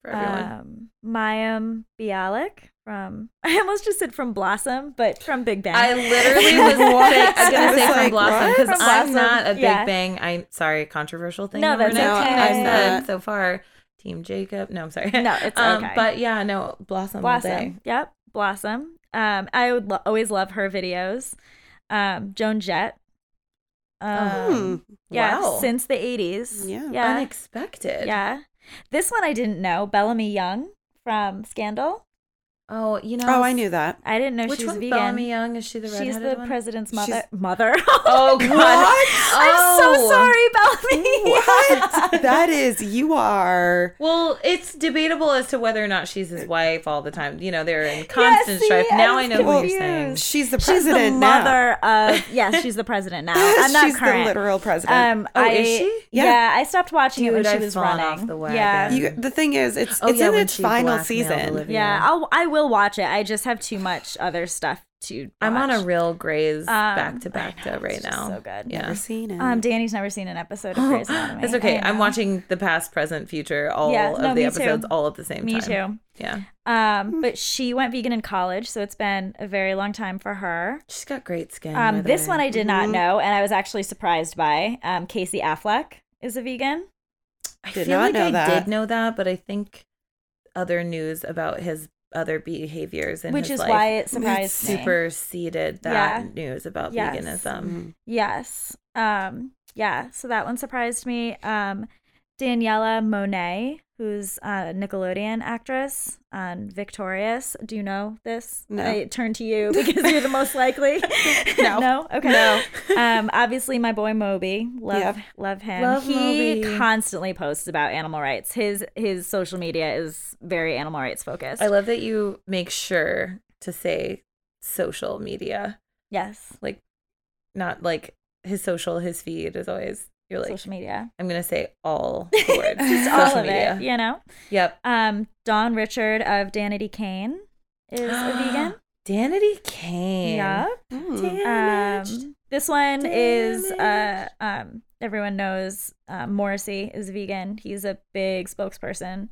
S3: for everyone
S1: um, Mayim Bialik from I almost just said from Blossom, but from Big Bang.
S3: I literally was
S2: What?
S3: sick. I'm
S2: I
S3: gonna
S2: was
S3: say from
S2: like,
S3: Blossom
S2: what?
S3: because
S1: From
S3: I'm
S1: Blossom,
S3: not a Big
S1: yeah.
S3: Bang. I'm sorry, controversial thing.
S1: No,
S3: over
S1: that's
S3: now.
S2: okay.
S3: I said
S2: Not-
S3: so far, Team Jacob. No, I'm sorry.
S1: No, it's
S3: Um,
S1: okay.
S3: But yeah, no, Blossom. all day.
S1: Blossom. Yep, Blossom. Um, I would lo- always love her videos. Um, Joan Jett.
S2: Hmm.
S3: Oh.
S1: Um, yeah,
S3: wow.
S1: since the '80s.
S2: Yeah.
S1: yeah,
S3: Unexpected.
S1: yeah. This one I didn't know. Bellamy Young from Scandal.
S3: Oh, you know.
S2: Oh, I knew that.
S1: I didn't know
S3: Which
S1: she was
S3: one?
S1: vegan.
S3: Bellamy Young is she the redheaded
S1: She's the
S3: one?
S1: president's
S2: She's-
S1: mother. Mother.
S3: Oh God.
S2: What?
S1: I'm so
S3: Oh.
S1: sorry, Bellamy.
S2: What? that is, you are.
S3: Well, it's debatable as to whether or not she's his wife all the time. You know, they're in constant
S1: see,
S3: strife.
S1: I
S3: Now
S1: was
S3: I know what you're
S1: confused.
S3: saying.
S2: She's the
S1: She's
S2: president
S1: the
S2: now.
S1: mother of yes, she's the president now. I'm not
S2: she's
S1: current.
S2: the literal president.
S1: Um,
S3: Oh,
S1: I,
S3: is she?
S1: Yeah.
S2: Yeah.
S1: I stopped watching it
S3: Dude,
S1: when she
S3: I've
S1: was
S3: fallen
S1: running.
S3: off the
S1: Yeah,
S3: wagon.
S2: You, the thing is, it's
S3: Oh,
S2: it's
S3: yeah,
S2: in
S3: when
S2: its
S3: she
S2: final
S3: blackmailed
S2: season.
S3: Olivia.
S1: yeah. I'll I will watch it. I just have too much other stuff to. Watch.
S3: I'm on a real Grays
S1: Um,
S3: back to back
S1: I know,
S3: to right
S1: it's just
S3: now.
S1: so good.
S3: Yeah.
S2: Never seen it.
S1: Um, Danny's never seen an episode of Grey's Anatomy.
S3: That's okay.
S1: I
S3: I'm
S1: know.
S3: watching the past, present, future, all
S1: Yeah,
S3: of
S1: no,
S3: the
S1: me too.
S3: episodes, all at the same
S1: Me
S3: time.
S1: too.
S3: Yeah.
S1: Um, but she went vegan in college, so it's been a very long time for her.
S3: She's got great skin. by
S1: Um,
S3: the
S1: this
S3: way.
S1: one I did not
S2: Mhm.
S1: know, and I was actually surprised by. Um, Casey Affleck is a vegan.
S3: I
S2: did
S3: feel
S2: not
S3: like
S2: know
S3: I
S2: that.
S3: did know that, but I think other news about his other behaviors and
S1: which
S3: his
S1: is
S3: life
S1: why it surprised me.
S3: superseded that news about
S1: Yes. Mm-hmm.
S3: veganism.
S2: Mm.
S1: Yes. Um, yeah. So that one surprised me. Um, Daniela Monet, who's a Nickelodeon actress on Victorious. Do you know this?
S2: No.
S1: I turn to you because you're the most likely.
S2: No.
S1: no. Okay.
S2: No.
S1: Um, obviously, my boy Moby. Love,
S2: Yep.
S1: love him.
S3: Love
S1: he
S3: Moby.
S1: constantly posts about animal rights. His his social media is very animal rights focused.
S3: I love that you make sure to say social media,
S1: yes.
S3: not like his social, his feed is always, you're like,
S1: social media.
S3: I'm going to say all the words.
S1: Just
S3: social
S1: all of
S3: media.
S1: it. You know.
S3: Yep.
S1: Um, Don Richard of Danity Kane is a vegan.
S3: Danity Kane.
S1: Yeah.
S2: Mm.
S3: Damaged.
S1: Um, this one is uh,
S3: Damaged.
S1: um, everyone knows um, Morrissey is vegan. He's a big spokesperson.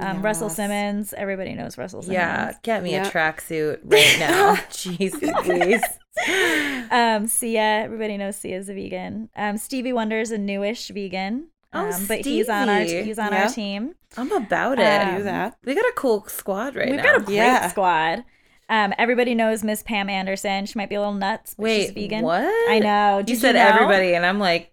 S1: Um, Russell
S2: Yes.
S1: Simmons, everybody knows Russell Simmons.
S3: yeah, get me
S2: Yeah.
S3: a tracksuit right now. Jesus, please.
S1: Um, Sia, everybody knows Sia's a vegan. Um, Stevie Wonder's a newish vegan.
S3: Oh,
S1: um, but he's on our
S3: Stevie.
S1: he's on
S2: Yeah.
S1: our team.
S3: I'm about
S2: I
S3: it.
S1: Um,
S2: knew that.
S3: we got a cool squad right
S1: We've
S3: now.
S1: got a great
S2: Yeah.
S1: squad. Um, everybody knows Miss Pam Anderson. She might be a little nuts, but
S3: Wait,
S1: she's vegan.
S3: what?
S1: I know. Did
S3: You said
S1: know?
S3: everybody, and I'm like,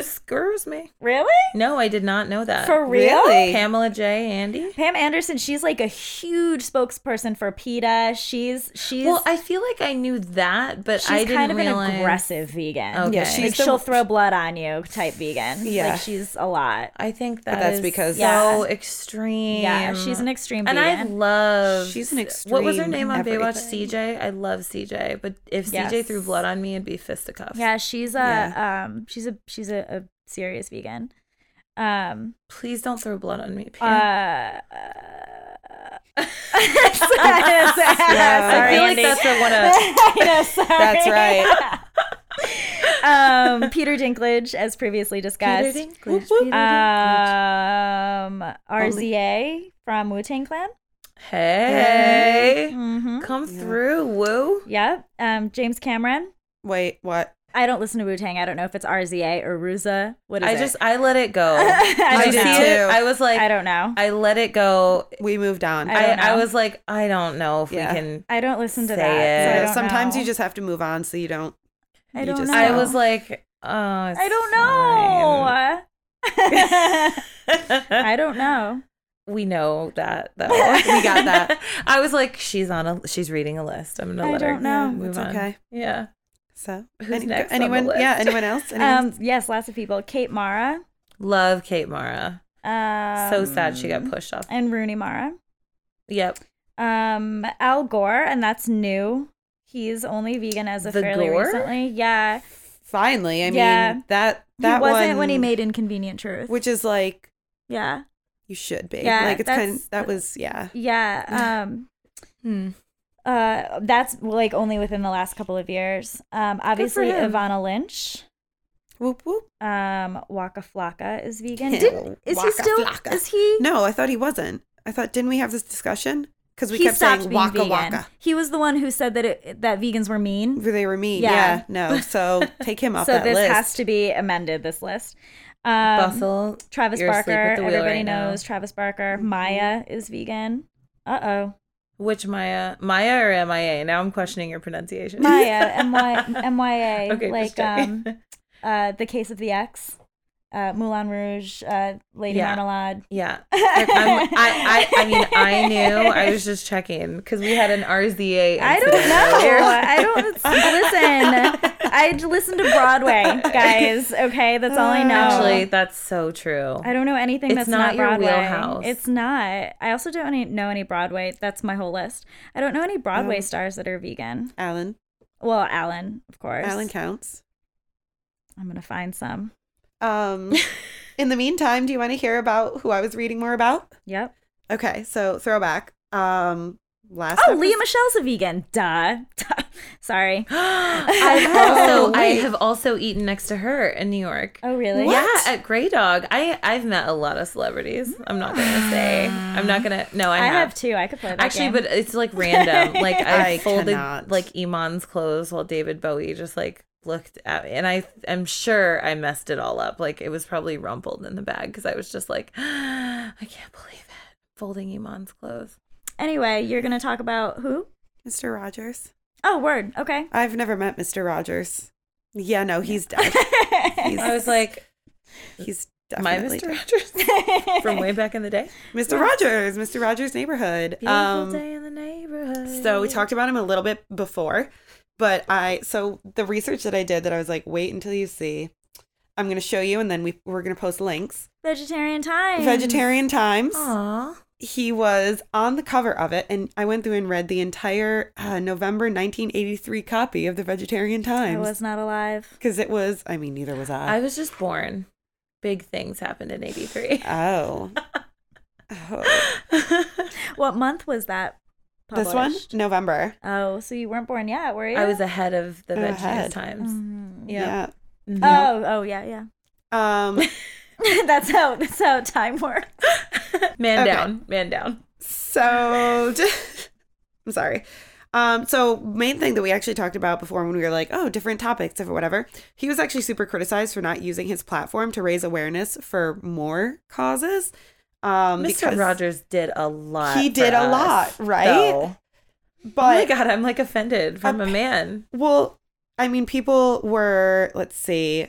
S3: screws me.
S1: Really?
S3: No, I did not know that.
S1: For real?
S2: really?
S3: Pamela J. Andy.
S1: Pam Anderson, she's like a huge spokesperson for PETA. She's she's
S3: Well, I feel like I knew that, but
S1: she's
S3: I didn't
S1: kind of
S3: realize.
S1: an aggressive vegan.
S3: Okay.
S2: Yeah,
S3: Like,
S1: Like
S2: she's the,
S1: she'll throw blood on you type vegan.
S2: Yeah.
S1: Like she's a lot.
S3: I think
S2: But
S3: that
S2: that's
S3: is
S2: because-
S3: so
S1: Yeah.
S3: extreme.
S1: Yeah, she's an extreme
S3: and I
S1: vegan.
S3: love.
S2: She's an
S3: What was her
S2: extreme
S3: name on Baywatch?
S2: everything.
S3: CJ. I love CJ, but if
S1: Yes.
S3: CJ threw blood on me, it'd be fisticuffs.
S1: yeah, she's a
S2: Yeah.
S1: um she's a she's a, a serious vegan. Um
S3: Please don't throw blood on me.
S1: uh,
S3: Pam.
S1: I
S3: I feel like that's a one of.
S2: That's right.
S1: um, Peter Dinklage, as previously discussed.
S3: Peter Dinklage,
S2: Whoop, whoop.
S3: Peter Dinklage.
S1: Um, RZA from Wu Tang Clan.
S3: hey,
S1: Mhm.
S3: come Come
S2: Yeah.
S3: through, woo.
S1: Yep. Um, James Cameron.
S2: Wait, what?
S1: I don't listen to Wu Tang. I don't know if it's RZA or Ruza. What is
S3: I
S1: it?
S3: just I let it go.
S1: I
S2: I
S1: don't
S3: Did you
S1: know.
S3: see it?
S2: Too.
S3: I was like,
S1: I
S3: I,
S1: don't know.
S3: let it go.
S2: We moved on.
S1: I
S3: I,
S1: don't
S3: I,
S1: know.
S3: was like, I don't know if
S2: Yeah.
S3: we can.
S1: I don't listen to
S3: Say
S1: that.
S3: it.
S1: so I
S2: Yeah,
S1: don't
S2: sometimes
S1: know.
S2: you just have to move on so you don't.
S1: I
S2: you
S1: don't
S2: just-
S1: know.
S3: I was like, oh, it's
S1: I don't know.
S3: fine.
S1: I don't know.
S3: we know that though.
S2: We got that.
S3: I was like, she's on a, she's reading a list. I'm gonna
S1: I
S3: let
S1: don't
S3: her.
S1: know.
S2: Yeah,
S3: Move
S2: it's
S3: on.
S2: okay.
S3: Yeah.
S2: So
S3: Who's next on the
S2: anyone? Yeah,
S3: list?
S2: anyone else? Anyone
S1: Um, yes, lots of people. Kate Mara.
S3: Love Kate Mara.
S1: Um,
S3: so sad she got pushed off.
S1: And Rooney Mara.
S3: Yep.
S1: Um, Al Gore, and that's new. He's only vegan as of
S3: The
S1: fairly
S3: Gore?
S1: recently. Yeah,
S2: Finally, I
S1: yeah.
S2: mean that that
S1: he wasn't
S2: one,
S1: when he made Inconvenient Truth.
S2: which is like
S1: yeah,
S2: you should be.
S1: Yeah,
S2: like it's kind
S1: that's-
S2: of that was yeah.
S1: yeah. Um, uh, that's like only within the last couple of years. Um, obviously
S3: him.
S1: Ivana Lynch.
S2: Whoop whoop.
S1: Um, Waka Flocka is vegan.
S2: Yeah,
S1: Didn't is he
S2: Waka
S1: still?
S2: Flocka.
S1: Is he?
S2: No, I thought he wasn't. I thought didn't we have this discussion? Because we
S1: he
S2: kept
S1: stopped
S2: saying
S1: being
S2: waka
S1: vegan.
S2: waka.
S1: He was the one who said that it, that vegans were mean.
S2: They were mean.
S1: Yeah.
S2: Yeah. no. So take him off
S1: So
S2: that
S1: this
S2: list.
S1: has to be amended. This list. Um,
S3: Bustle.
S1: Travis
S3: You're asleep
S1: Barker.
S3: at the wheel
S1: Everybody
S3: right now.
S1: knows Travis Barker. Maya is vegan. Uh oh.
S3: Which Maya? Maya or MIA? Now I'm questioning your pronunciation.
S1: Maya M Y M Y A.
S3: Okay,
S1: Like
S3: just
S1: um
S3: checking.
S1: uh the case of the X. Uh, Moulin Rouge, uh, Lady
S3: Yeah.
S1: Marmalade.
S3: yeah. I'm, I, I, I mean, I knew. I was just checking because we had an RZA.
S1: I don't
S3: incident
S1: know.
S3: earlier.
S1: I don't listen. I j- listen to Broadway, guys. Okay, that's all I know.
S3: Uh, Actually, that's so true.
S1: Oh. I don't know anything
S3: It's
S1: that's
S3: not
S1: not,
S3: your
S1: Broadway.
S3: wheelhouse.
S1: It's not. I also don't any- know any Broadway. That's my whole list. I don't know any Broadway
S3: Oh.
S2: Um,
S1: stars that are vegan.
S2: Alan.
S1: Well, Alan, of course.
S2: Alan counts.
S1: I'm gonna find some.
S2: Um, in the meantime, do you want to hear about who I was reading more about?
S1: Yep.
S2: Okay, so throwback. Um, last.
S1: Oh,
S2: episode-
S1: Leah Michelle's a vegan. Duh. Sorry.
S3: I've
S2: Oh,
S3: also I
S2: wait.
S3: have also eaten next to her in New York.
S1: Oh, really?
S3: Yeah, at Grey Dog. I I've met a lot of celebrities. I'm not gonna say. I'm not gonna. No, I,
S1: Ah. I, have
S3: have.
S1: two. I could play that game.
S3: Actually, but it's like random. Like I,
S2: I
S3: folded
S2: cannot.
S3: like Iman's clothes while David Bowie just like looked at me, and I am sure I messed it all up. Like it was probably rumpled in the bag because I was just like, I can't believe it. Folding Iman's clothes.
S1: anyway, you're gonna talk about who?
S2: Mr. Rogers.
S1: Oh, word. Okay.
S2: I've never met Mr. Rogers. Yeah, no, he's dead. He's,
S3: I was like,
S2: he's
S3: my
S2: definitely
S3: Mr. Rogers from way back in the day.
S2: dead. Mr. Rogers, Mr. Rogers' neighborhood.
S3: Beautiful day in the neighborhood.
S2: Um, So we talked about him a little bit before, but I so the research that I did that I was like, wait until you see. I'm gonna show you, and then we we're gonna post links.
S1: Vegetarian time.
S2: Vegetarian Times.
S3: Aw.
S2: He was on the cover of it, and I went through and read the entire uh, November 1983 copy of the Vegetarian
S1: I
S2: Times
S1: was not alive.
S2: because it was. I mean, neither was I.
S3: I was just born. Big things happened in '83.
S2: oh. oh,
S1: What month was that?
S2: this one,
S1: published?
S2: November.
S1: Oh, so you weren't born yet, were you?
S3: I was ahead of the
S2: I'm
S3: Veggie
S2: Oh, ahead. Uh,
S3: Times.
S1: Mm.
S3: Yeah. Mhm.
S1: Oh, oh yeah, yeah.
S2: Um.
S1: that's how that's how time works.
S3: Man
S2: okay.
S3: down, man down.
S2: So I'm sorry. Um, so main thing that we actually talked about before when we were like, oh, different topics or whatever, he was actually super criticized for not using his platform to raise awareness for more causes. Um,
S3: Mr.
S2: because-
S3: Rogers did a lot.
S2: He
S3: for
S2: did a
S3: us,
S2: lot, right?
S3: though. oh my
S2: but
S3: god, I'm like offended from a man.
S2: well, I mean, people were let's see,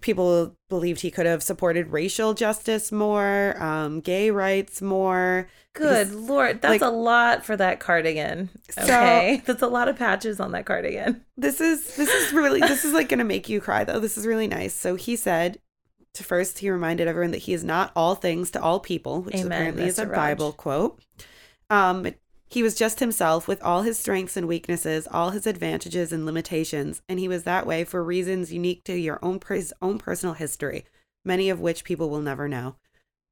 S2: people believed he could have supported racial justice more, um, gay rights more.
S3: Good
S2: because-
S3: lord, that's
S2: like-
S3: a lot for that cardigan.
S2: So-
S3: Okay, that's a lot of patches on that cardigan.
S2: this is this is really this is like gonna make you cry though this is really nice so he said to first he reminded everyone that he is not all things to all people which
S3: Amen,
S2: apparently is a
S3: Mr. Raj.
S2: bible quote um he was just himself with all his strengths and weaknesses all his advantages and limitations and he was that way for reasons unique to your own per- his own personal history many of which people will never know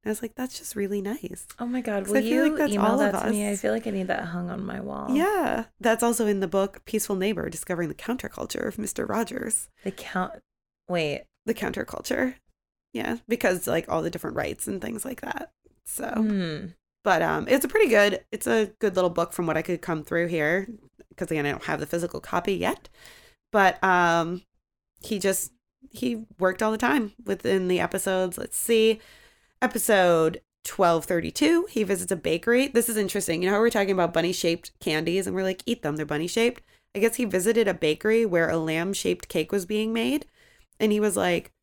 S2: and i was like that's just really nice
S3: Oh my god,
S2: 'Cause
S3: will
S2: I feel
S3: you
S2: like that's
S3: email
S2: all
S3: that
S2: of
S3: to me? I
S2: us.
S3: feel like I need that hung on my wall.
S2: yeah that's also in the book peaceful neighbor discovering the counterculture of mr rogers
S3: the count. Wait,
S2: the counterculture. Yeah, because like all the different rights and things like that. So
S3: Hmm.
S2: But um, it's a pretty good. It's a good little book from what I could come through here, because again, I don't have the physical copy yet. But um, he just he worked all the time within the episodes. Let's see, episode. 1232 he visits a bakery this is interesting you know how we're talking about bunny shaped candies and we're like eat them they're bunny shaped i guess he visited a bakery where a lamb shaped cake was being made and he was like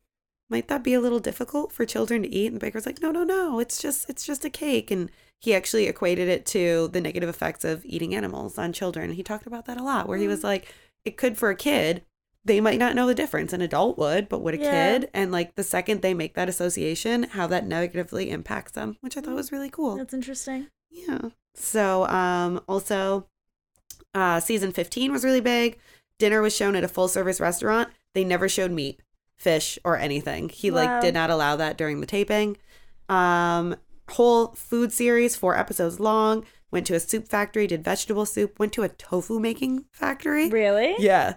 S2: might that be a little difficult for children to eat and the baker's like no no no it's just it's just a cake and he actually equated it to the negative effects of eating animals on children he talked about that a lot where he was like it could for a kid they might not know the difference an adult would but would a
S3: Yeah.
S2: kid and like the second they make that association how that negatively impacts them which i thought was really cool
S1: That's interesting.
S2: yeah. So um also uh season 15 was really big. Dinner was shown at a full service restaurant. They never showed meat, fish or anything. He
S1: Wow.
S2: like did not allow that during the taping. Um whole food series, 4 episodes long. Went to a soup factory, did vegetable soup, went to a tofu making factory.
S1: Really?
S2: Yeah.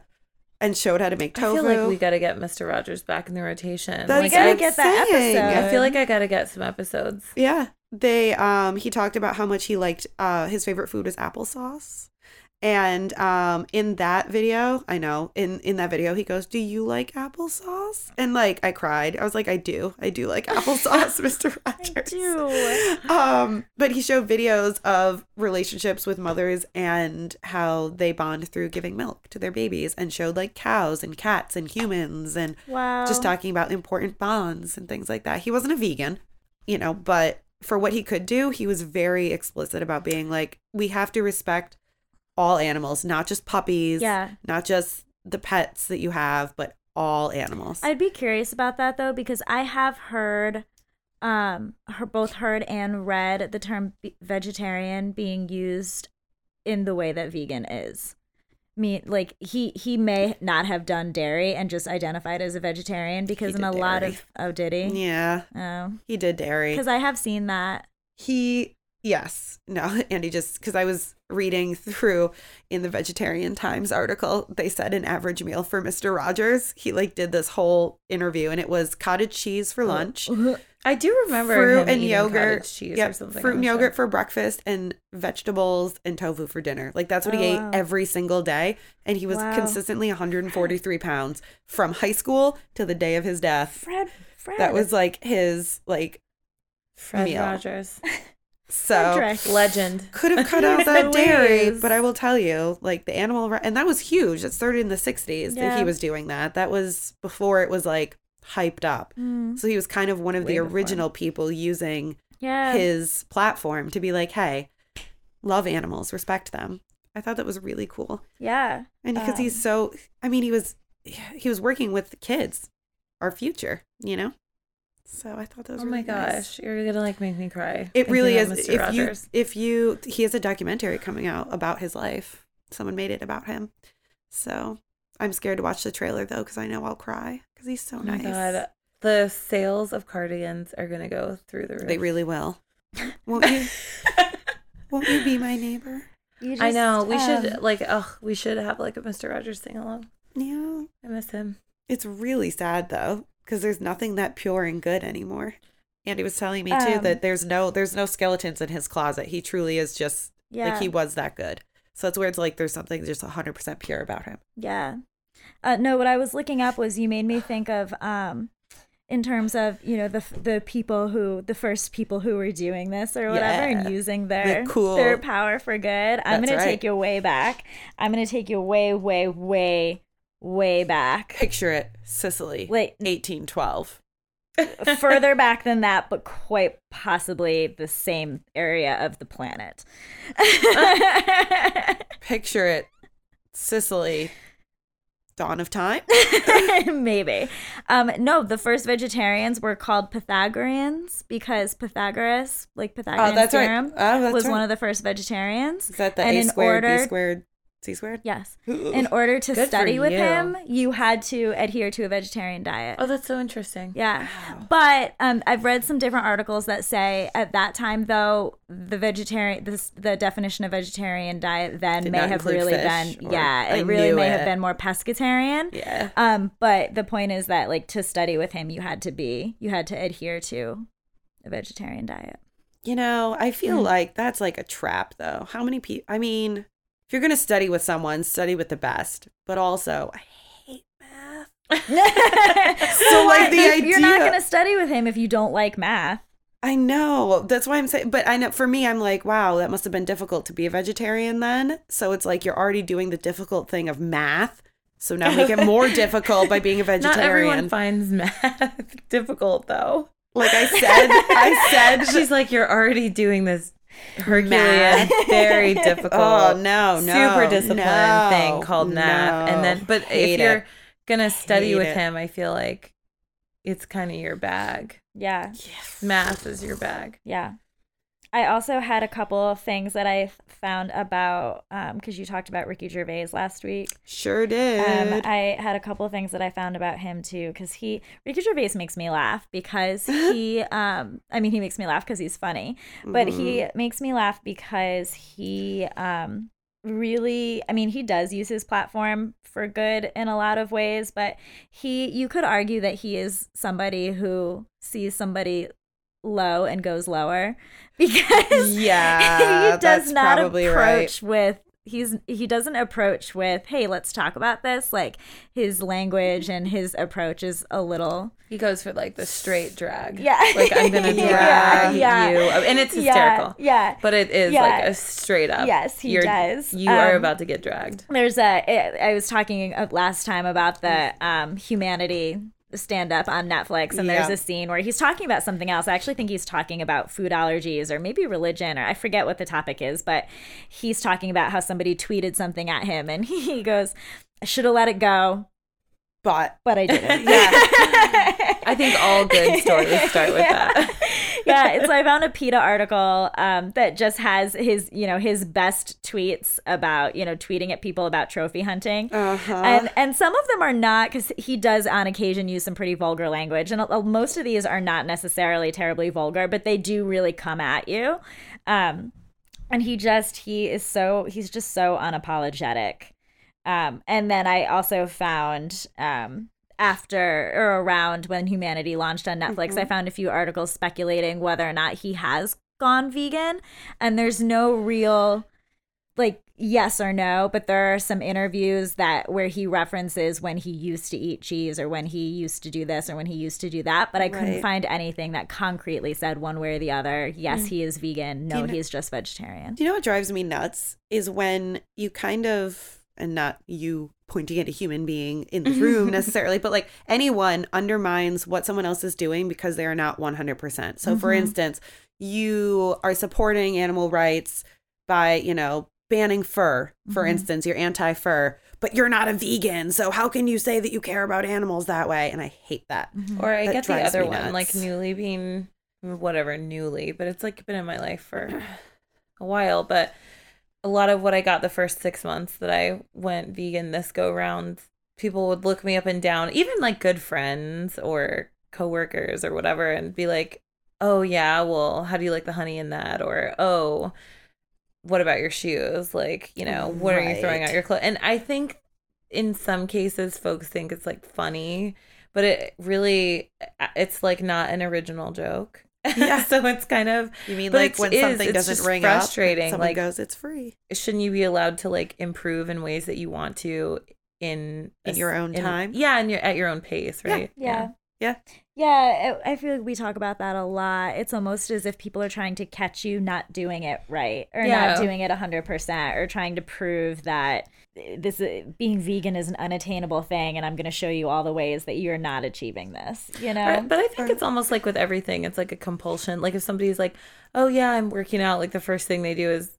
S2: And showed how to make tofu.
S3: I feel like we gotta get Mr. Rogers back in the rotation.
S2: That's
S1: We
S3: like,
S1: gotta
S2: what I'm
S1: get that
S2: saying.
S1: episode.
S3: I, I feel like I gotta get some episodes.
S2: Yeah. They um he talked about how much he liked uh his favorite food was applesauce. And um in that video, I know, in in that video he goes, "Do you like applesauce?" And like I cried. I was like, "I do. I do like applesauce, Mr. Rogers."
S1: I do.
S2: Um but he showed videos of relationships with mothers and how they bond through giving milk to their babies and showed like cows and cats and humans and
S1: Wow.
S2: just talking about important bonds and things like that. He wasn't a vegan, you know, but for what he could do, he was very explicit about being like, we have to respect all animals, not just puppies,
S1: Yeah.
S2: not just the pets that you have, but all animals.
S1: I'd be curious about that though because I have heard um her both heard and read the term be- vegetarian being used in the way that vegan is. Mean like he he may not have done dairy and just identified as a vegetarian because
S2: He
S1: in a
S2: did
S1: lot
S2: dairy.
S1: of oh did he?
S2: yeah,
S1: Oh.
S2: he did dairy.
S1: Cuz I have seen that.
S2: He, yes, no, Andy, just because I was reading through in the Vegetarian Times article, they said an average meal for Mr. Rogers. He like did this whole interview and it was cottage cheese for lunch.
S3: I do remember
S2: fruit
S3: him
S2: and
S3: eating
S2: yogurt,
S3: cottage cheese
S2: Yep,
S3: or something.
S2: fruit
S3: on
S2: and
S3: the show.
S2: yogurt for breakfast, and vegetables and tofu for dinner. Like that's what he
S1: Oh,
S2: ate
S1: wow.
S2: every single day, and he was
S1: Wow.
S2: consistently 143 pounds from high school to the day of his death.
S1: Fred Fred
S2: That was like his like
S3: Fred
S2: meal.
S3: Rogers,
S2: so.
S1: Frederick.
S3: legend.
S2: Could have cut out that dairy,
S1: Louise.
S2: but I will tell you, like the animal, ri- and that was huge. That started in the 60s that
S1: Yeah.
S2: he was doing that. That was before it was like hyped up.
S1: Mm,
S2: So he was kind of one of
S3: Mm-hmm. Way
S2: the
S3: before.
S2: original people using
S1: yeah.
S2: his platform to be like, hey, love animals, respect them. I thought that was really cool.
S1: yeah.
S2: And because
S3: Um.
S2: he's so, I mean, he was, he was working with kids, our future, you know? So I thought that was
S3: Oh my
S2: really
S3: gosh,
S2: nice.
S3: you're gonna like make me cry.
S2: It
S3: thinking
S2: really is.
S3: about Mr.
S2: If
S3: Rogers.
S2: you, if you, he has a documentary coming out about his life. Someone made it about him. So I'm scared to watch the trailer though, because I know I'll cry because he's so
S3: oh my
S2: nice.
S3: god, the sales of cardigans are gonna go through the roof.
S2: They really will. Won't you, won't you be my neighbor?
S1: You
S3: I know. We
S1: just, um,
S3: should like. Oh, we should have like a Mr. Rogers sing along.
S2: Yeah.
S3: I miss him.
S2: It's really sad though, because there's nothing that pure and good anymore. Andy was telling me too
S1: Um,
S2: that there's no there's no skeletons in his closet. He truly is just
S1: yeah.
S2: like he was that good. So it's weird. Like there's something just 100 percent pure about him.
S1: Yeah. Uh, no, what I was looking up was you made me think of um, in terms of you know the f- the people who the first people who were doing this or whatever
S2: Yeah.
S1: and using their
S2: cool.
S1: their power for good. I'm
S2: That's
S1: gonna
S2: right.
S1: take you way back. I'm gonna take you way way way way back.
S2: Picture it, Sicily,
S1: Wait.
S2: 1812.
S1: Further back than that, but quite possibly the same area of the planet.
S2: Picture it, Sicily, dawn of time.
S1: Maybe. Um, no, the first vegetarians were called Pythagoreans because Pythagoras, like Pythagorean theorem,
S2: Oh, that's
S1: was
S2: right.
S1: one of the first vegetarians.
S2: Is that the
S1: and
S2: a
S1: in
S2: squared,
S1: order-
S2: b squared, c squared?
S1: Yes. In order to
S3: Good for
S1: study with
S3: you.
S1: him, you had to adhere to a vegetarian diet.
S3: Oh, that's so interesting.
S1: Yeah. But um, I've read some different articles that say at that time though the vegetarian this the definition of vegetarian diet then
S2: Did
S1: may
S2: not
S1: have
S2: include
S1: really
S2: fish,
S1: been
S2: or-
S1: yeah, it
S2: I
S1: really
S2: knew
S1: may
S2: it.
S1: have been more pescatarian.
S2: Yeah.
S1: Um, but the point is that like to study with him, you had to be you had to adhere to a vegetarian diet.
S2: You know, I feel
S1: Mm.
S2: like that's like a trap, though. How many people? I mean, if you're going to study with someone, study with the best. But also, I hate math.
S1: so
S2: like, the
S1: you're not
S2: idea-
S1: gonna study with him if you don't like math.
S2: I know. That's why I'm saying, but I know for me, I'm like, wow, that must have been difficult to be a vegetarian then. So it's like you're already doing the difficult thing of math. So now make it more difficult by being a
S3: Not everyone
S2: vegetarian.
S3: finds math difficult though.
S2: Like I said, I said,
S3: She's like, you're already doing this Herculean,
S2: Math.
S3: very difficult,
S2: oh no, no,
S3: super disciplined
S2: no,
S3: thing called math.
S2: no.
S3: And then, but if
S2: Hate
S3: you're
S2: it.
S3: gonna study
S2: Hate
S3: with
S2: it.
S3: him, I feel like it's kind of your bag.
S1: Yeah,
S3: Math is your bag.
S1: yeah. I also had a couple of things that I found about because you talked about Ricky Gervais last week.
S2: sure did.
S1: Um, I had a couple of things that I found about him too, because he Ricky Gervais makes me laugh because he, um, I mean, he makes me laugh because he's funny, but
S2: Mm-hmm.
S1: he makes me laugh because he um, really, I mean, he does use his platform for good in a lot of ways, but he, you could argue that he is somebody who sees somebody low and goes lower because
S2: yeah,
S1: he
S2: that's
S1: does not
S2: probably
S1: approach
S2: right.
S1: with he's he doesn't approach with hey let's talk about this like his language and his approach is a little
S3: He goes for like the straight drag.
S1: Yeah.
S3: like I'm gonna
S2: Yeah,
S3: drag
S1: yeah.
S3: you, and it's hysterical.
S1: yeah, yeah.
S3: But it is like
S1: Yeah.
S3: a straight up.
S1: Yes, he
S3: you're,
S1: does.
S3: You are
S1: Um,
S3: about to get dragged.
S1: there's a I I was talking of last time about the um humanity stand up on Netflix and
S2: Yeah.
S1: there's a scene where he's talking about something else. I actually think he's talking about food allergies or maybe religion or I forget what the topic is, but he's talking about how somebody tweeted something at him and he goes, I should have let it go,
S2: But
S1: but I didn't.
S3: I think all good stories start with that.
S1: yeah, it's I found a PETA article um, that just has his, you know, his best tweets about, you know, tweeting at people about trophy hunting.
S2: Uh-huh.
S1: And and some of them are not because he does on occasion use some pretty vulgar language, and uh, most of these are not necessarily terribly vulgar, but they do really come at you. Um, and he just he is so he's just so unapologetic. Um, and then I also found um, after or around when Humanity launched on Netflix, I found a few articles speculating whether or not he has gone vegan. And there's no real like yes or no, but there are some interviews that where he references when he used to eat cheese or when he used to do this or when he used to do that. But I couldn't
S2: Right.
S1: find anything that concretely said one way or the other. Yes, he is vegan. No,
S2: Mm. you know-
S1: he is just vegetarian.
S2: Do you know what drives me nuts is when you kind of and not you pointing at a human being in the room necessarily, but like anyone undermines what someone else is doing because they are not 100%. So for
S1: Mhm.
S2: instance, you are supporting animal rights by, you know, banning fur. For
S1: Mhm.
S2: instance, you're anti-fur, but you're not a vegan. So how can you say that you care about animals that way? And I hate that.
S1: Mm-hmm.
S3: Or I
S2: That
S3: get the
S2: drives
S3: other
S2: me
S3: one, like
S2: nuts.
S3: newly being whatever newly, but it's like been in my life for a while. But a lot of what I got the first six months that I went vegan this go round, people would look me up and down, even like good friends or coworkers or whatever, and be like, "Oh yeah, well, how do you like the honey in that?" Or "Oh, what about your shoes? Like, you know, what are you throwing
S2: Right.
S3: out your clothes?" And I think in some cases, folks think it's like funny but it really it's like not an original joke
S2: Yeah.
S3: so it's kind of
S2: You mean
S3: But
S2: like
S3: it
S2: when
S3: is,
S2: something
S3: it's
S2: doesn't
S3: just
S2: ring
S3: frustrating,
S2: up, someone
S3: like-
S2: goes, it's free.
S3: shouldn't you be allowed to like improve in ways that you want to in
S2: In your own time?
S3: yeah and you're at your own pace
S2: Yeah.
S3: right
S1: Yeah.
S2: Yeah.
S1: Yeah, I I feel like we talk about that a lot. It's almost as if people are trying to catch you not doing it right or
S3: Yeah.
S1: not doing it 100% or trying to prove that this uh, being vegan is an unattainable thing and I'm going to show you all the ways that you're not achieving this, you know?
S3: Or- But I think it's almost like with everything, it's like a compulsion. Like if somebody's like, "Oh yeah, I'm working out," like the first thing they do is,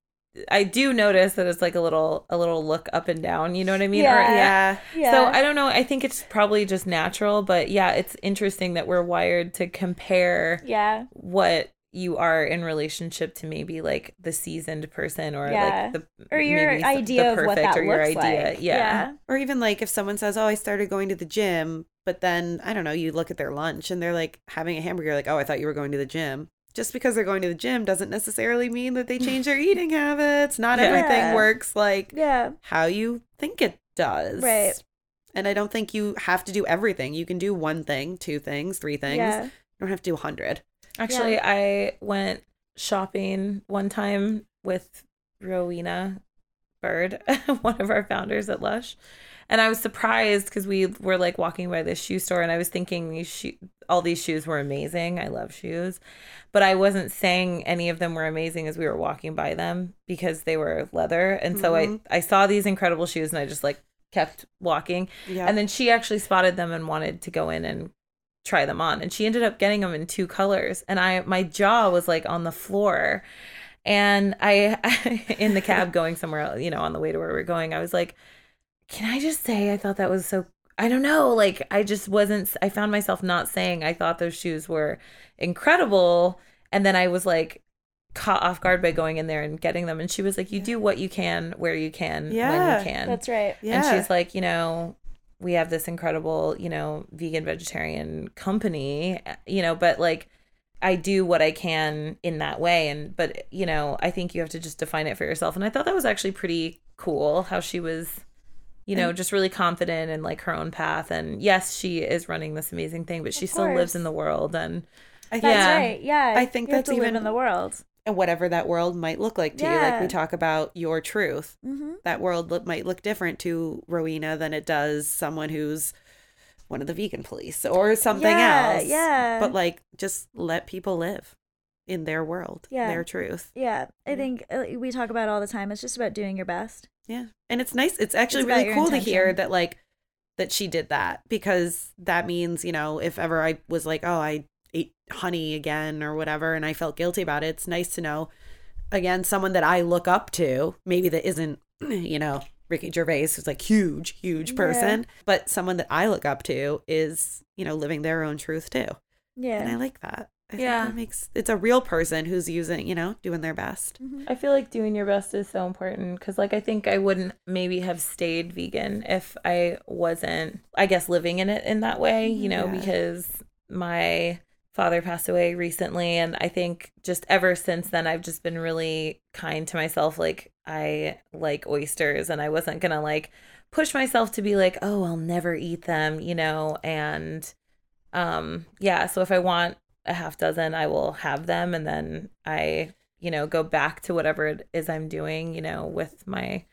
S3: I do notice that it's like a little, a little look up and down. You know what I mean?
S1: Yeah.
S2: Yeah.
S1: Yeah.
S3: So I don't know. I think it's probably just natural, but yeah, it's interesting that we're wired to compare
S1: yeah.
S3: what you are in relationship to maybe like the seasoned person or
S1: Yeah.
S3: like the
S1: Or your
S3: maybe s-
S1: idea
S3: the
S1: of what
S3: perfect
S1: that looks like.
S3: Yeah.
S2: Or even like if someone says, "Oh, I started going to the gym," but then I don't know, you look at their lunch and they're like having a hamburger, like, "Oh, I thought you were going to the gym." Just because they're going to the gym doesn't necessarily mean that they change their eating habits. Not
S3: Yeah.
S2: everything
S1: Yeah.
S2: works like
S1: Yeah.
S2: how you think it does.
S1: Right.
S2: And I don't think you have to do everything. You can do one thing, two things, three things.
S1: Yeah.
S2: You don't have to do a hundred.
S3: Actually, I went shopping one time with Rowena Bird, one of our founders at Lush. And I was surprised because we were like walking by this shoe store and I was thinking these shoe all these shoes were amazing. I love shoes. But I wasn't saying any of them were amazing as we were walking by them because they were leather. And so I,
S2: Mhm.
S3: I saw these incredible shoes and I just like kept walking.
S2: Yeah.
S3: And then she actually spotted them and wanted to go in and try them on. And she ended up getting them in two colors. And I my jaw was like on the floor. And I, in the cab going somewhere, else, you know, on the way to where we we're going, I was like, can I just say I thought that was so I don't know, like I just wasn't I found myself not saying I thought those shoes were incredible and then I was like caught off guard by going in there and getting them and she was like you do what you can where you can when
S2: Yeah.
S3: you can
S1: That's right.
S2: yeah.
S3: and she's like, you know, we have this incredible, you know, vegan vegetarian company, you know, but like I do what I can in that way and but you know, I think you have to just define it for yourself. And I thought that was actually pretty cool how she was you know, just really confident in like her own path and yes, she is running this amazing thing, but she
S1: Of
S3: still lives
S1: course.
S3: in the world and
S2: I think
S1: That's
S3: Yeah.
S1: right. Yeah.
S2: I think
S1: you have
S2: that's
S1: to live
S2: even-
S1: in the world.
S2: and whatever that world might look like to you, like
S1: Yeah.
S2: we talk about your truth,
S1: Mm-hmm.
S2: that world look, might look different to Rowena than it does someone who's one of the vegan police or something
S1: Yeah,
S2: else.
S1: yeah.
S2: But like, just let people live in their world,
S1: Yeah.
S2: their truth.
S1: Yeah, I
S2: Yeah.
S1: think uh, we talk about it all the time. It's just about doing your best.
S2: Yeah. And it's nice. It's actually
S1: It's about
S2: really
S1: your
S2: cool to hear
S1: intention.
S2: that, like, that she did that because that means, you know, if ever I was like, oh, I ate honey again or whatever and I felt guilty about it, it's nice to know, again, someone that I look up to, maybe that isn't, you know, Ricky Gervais, who's like huge, huge
S1: Yeah.
S2: person, but someone that I look up to is, you know, living their own truth too. And I
S1: Yeah.
S2: like that. I think
S3: Yeah.
S2: that makes it's a real person who's using, you know, doing their best.
S1: Mhm.
S3: I feel like doing your best is so important because, like, I think I wouldn't maybe have stayed vegan if I wasn't, I guess, living in it in that way, you know,
S2: Yeah.
S3: because my father passed away recently. And I think just ever since then, I've just been really kind to myself. Like, I like oysters and I wasn't going to like push myself to be like, oh, I'll never eat them, you know, and um, yeah. So if I want, a half dozen, I will have them and then I you know go back to whatever it is i'm doing you know with my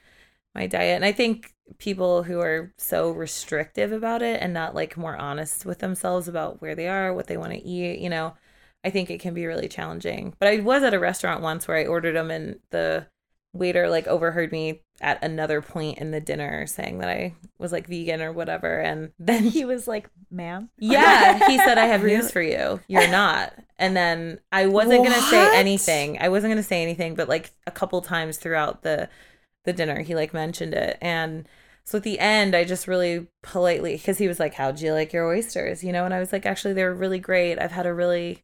S3: my diet and i think people who are so restrictive about it and not like more honest with themselves about where they are what they want to eat you know i think it can be really challenging but i was at a restaurant once where i ordered them and the waiter like overheard me at another point in the dinner saying that i was like vegan or whatever and then
S1: He was like, "Ma'am."
S3: yeah, he said I have
S2: Really?
S3: news for you. You're not. And then I wasn't going to say
S2: What?
S3: anything. I wasn't going to say anything, but like a couple times throughout the the dinner he like mentioned it. And so at the end I just really politely cuz he was like how'd you like your oysters, you know? And I was like actually they were really great. I've had a really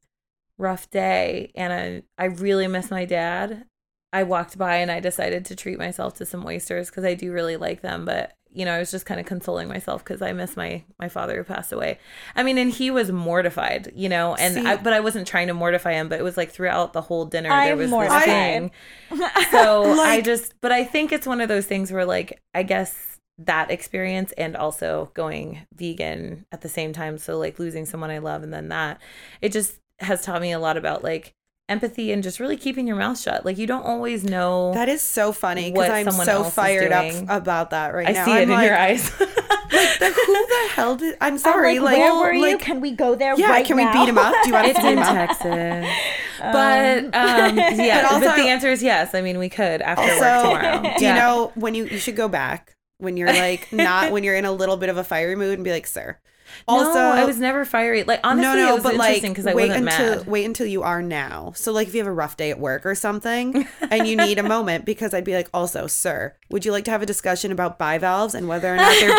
S3: rough day and I I really miss my dad. I walked by and I decided to treat myself to some oysters because I do really like them. But you know, I was just kind of consoling myself because I miss my my father who passed away. I mean, and he was mortified, you know, and
S2: See-
S3: I, but I wasn't trying to mortify him. But it was like throughout the whole dinner, there
S1: I'm
S3: was
S1: mortified.
S3: this thing. So I
S2: Like-
S3: just, but I think it's one of those things where, like, I guess that experience and also going vegan at the same time. So like losing someone I love and then that, it just has taught me a lot about like empathy and just really keeping your mouth shut. Like you don't always know.
S2: That is so funny because
S3: Oh. what
S2: I'm
S3: someone
S2: so
S3: else is
S2: fired up
S3: doing.
S2: about that right
S3: I
S2: now.
S3: see it
S2: I'm
S3: in
S2: like,
S3: your eyes.
S2: Who the hell did? I'm sorry.
S1: I'm
S2: like,
S1: like, where were you?
S2: like,
S1: Can we go there?
S2: yeah,
S1: right
S2: can
S1: now?
S2: we beat him up? Do you want to
S3: it's
S2: beat
S3: in
S2: him up?
S3: Texas. But um, yeah,
S2: But
S3: but,
S2: also-
S3: the answer is yes. I mean, we could after work
S2: Also,
S3: tomorrow.
S2: do you
S3: Yeah.
S2: know when you you should go back when you're like not when you're in a little bit of a fiery mood and be like, sir. Also,
S3: no, I was never fiery. Like honestly, it was interesting because I
S2: wait
S3: wasn't
S2: until
S3: mad.
S2: wait until you are now. So like if you have a rough day at work or something and you need a moment, because I'd be like, also, sir, would you like to have a discussion about bivalves and whether or not they're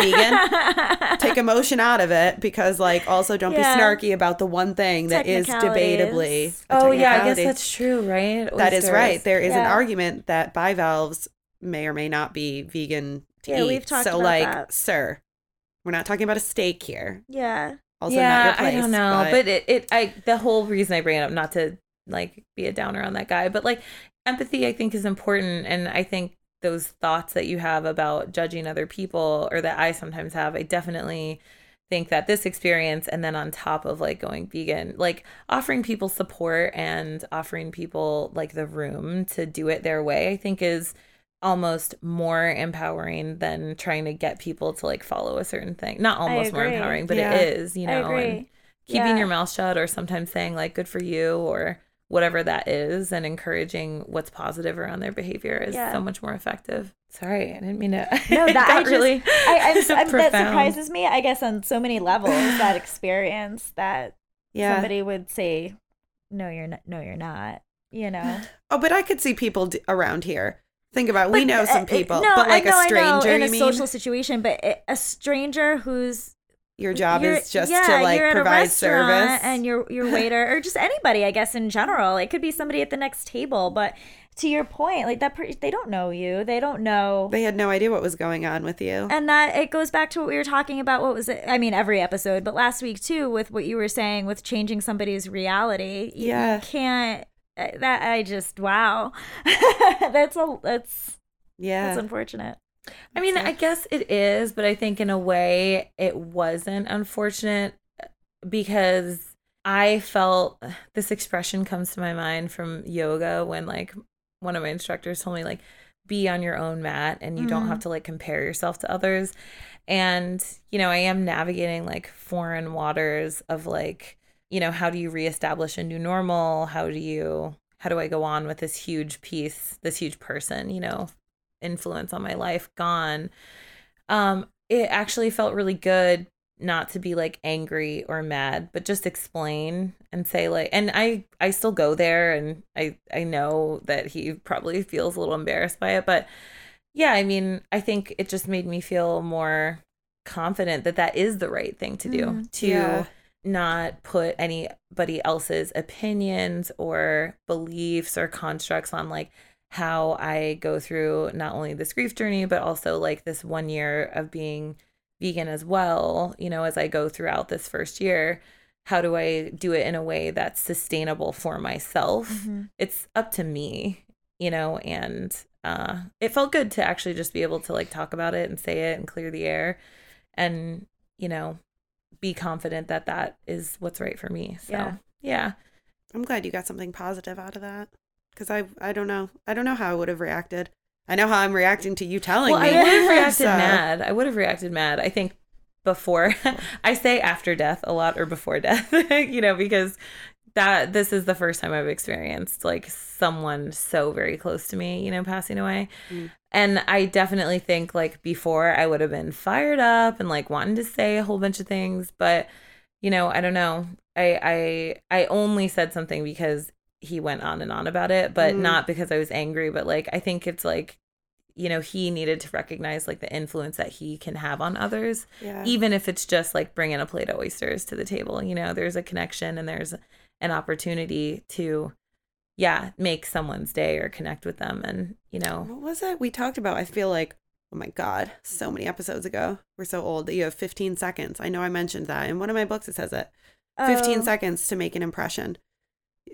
S2: vegan? Take emotion out of it because like also don't
S1: Yeah.
S2: be snarky about the one thing that is debatably.
S1: Technicalities.
S2: a
S3: Oh yeah, I guess
S2: technicality.
S3: that's true, right?
S2: that is
S3: Oysters.
S2: right. There is an
S1: Yeah.
S2: argument that bivalves may or may not be vegan to
S1: Yeah,
S2: eat.
S1: we've talked
S2: so
S1: about
S2: like,
S1: that.
S2: sir, we're not talking about a steak here.
S1: yeah.
S2: Also,
S3: yeah,
S2: not your place.
S3: I don't know, but, it, it I the whole reason I bring it up not to like be a downer on that guy, but like empathy I think is important and I think those thoughts that you have about judging other people or that I sometimes have, I definitely think that this experience and then on top of like going vegan like offering people support and offering people like the room to do it their way i think is almost more empowering than trying to get people to like follow a certain thing not almost more
S1: agree.
S3: empowering but
S2: Yeah.
S3: it is you know
S1: I
S3: and
S1: agree.
S3: keeping
S1: Yeah.
S3: your mouth shut or sometimes saying like good for you or whatever that is and encouraging what's positive around their behavior is
S1: Yeah.
S3: so much more effective sorry i didn't mean to
S1: No,
S3: it
S1: that- I
S3: got
S1: just-
S3: really
S1: I, I'm, s- I'm, that
S3: profound.
S1: surprises me, I guess, on so many levels. That experience that
S2: Yeah.
S1: somebody would say, "No, you're not. No, you're not." You know,
S2: Oh, but I could see people d- around here. Think about we
S1: But,
S2: know
S1: uh,
S2: some
S1: it-
S2: people,
S1: no,
S2: but
S1: I
S2: like
S1: know,
S2: a
S1: I know,
S2: stranger,
S1: in
S2: you
S1: a
S2: mean?
S1: social situation, but it, a stranger who's
S2: Your job
S1: you're-
S2: is just
S1: yeah,
S2: to like
S1: you're at a
S2: provide
S1: restaurant
S2: service.
S1: and your your waiter or just anybody, I guess in general, it could be somebody at the next table. But to your point, like that, per- they don't know you. They don't know.
S2: they had no idea what was going on with you.
S1: and that it goes back to what we were talking about what was it i mean every episode but last week too with what you were saying with changing somebody's reality You-
S2: Yeah.
S1: you can't uh, that i just wow that's a that's that's
S2: yeah.
S1: unfortunate
S3: I mean,
S2: That's
S3: I guess it is, but I think in a way it wasn't unfortunate uh, because I felt this expression comes to my mind from yoga when like one of my instructors told me like be on your own mat and you don't
S1: Mhm.
S3: have to like compare yourself to others. And you know, I am navigating like foreign waters of like, you know, how do you reestablish a new normal? How do you how do I go on with this huge piece, this huge person, you know, influence on my life gone um it actually felt really good not to be like angry or mad but just explain and say like and i i still go there and i i know that he probably feels a little embarrassed by it but yeah i mean i think it just made me feel more confident that that is the right thing to do
S1: Mhm.
S3: to
S2: Yeah.
S3: not put anybody else's opinions or beliefs or constructs on like how I go through not only this grief journey, but also like this one year of being vegan as well. You know, as I go throughout this first year, how do I do it in a way that's sustainable for myself?
S1: mm-hmm.
S3: It's up to me, you know, and uh, it felt good to actually just be able to like talk about it and say it and clear the air and, you know, be confident that that is what's right for me. So,
S1: Yeah.
S3: yeah.
S2: I'm glad you got something positive out of that because I I don't know I don't know how I would have reacted. I know how I'm reacting to you telling
S3: Well,
S2: me.
S3: I would have reacted
S2: So-
S3: mad. I would have reacted mad. I think before I say after death a lot or before death, you know, because that this is the first time I've experienced like someone so very close to me, you know, passing away.
S2: Mm.
S3: And I definitely think like before I would have been fired up and like wanting to say a whole bunch of things, but you know, I don't know. I I I only said something because he went on and on about it, but
S2: Mm.
S3: not because I was angry, but like I think it's like you know, he needed to recognize like the influence that he can have on others
S2: Yeah.
S3: even if it's just like bringing a plate of oysters to the table you know there's a connection and there's an opportunity to yeah make someone's day or connect with them and you know
S2: What was it we talked about? I feel like, oh my God, so many episodes ago. We're so old that you have 15 seconds. I know I mentioned that in one of my books, it says it 15
S1: Oh,
S2: seconds to make an impression.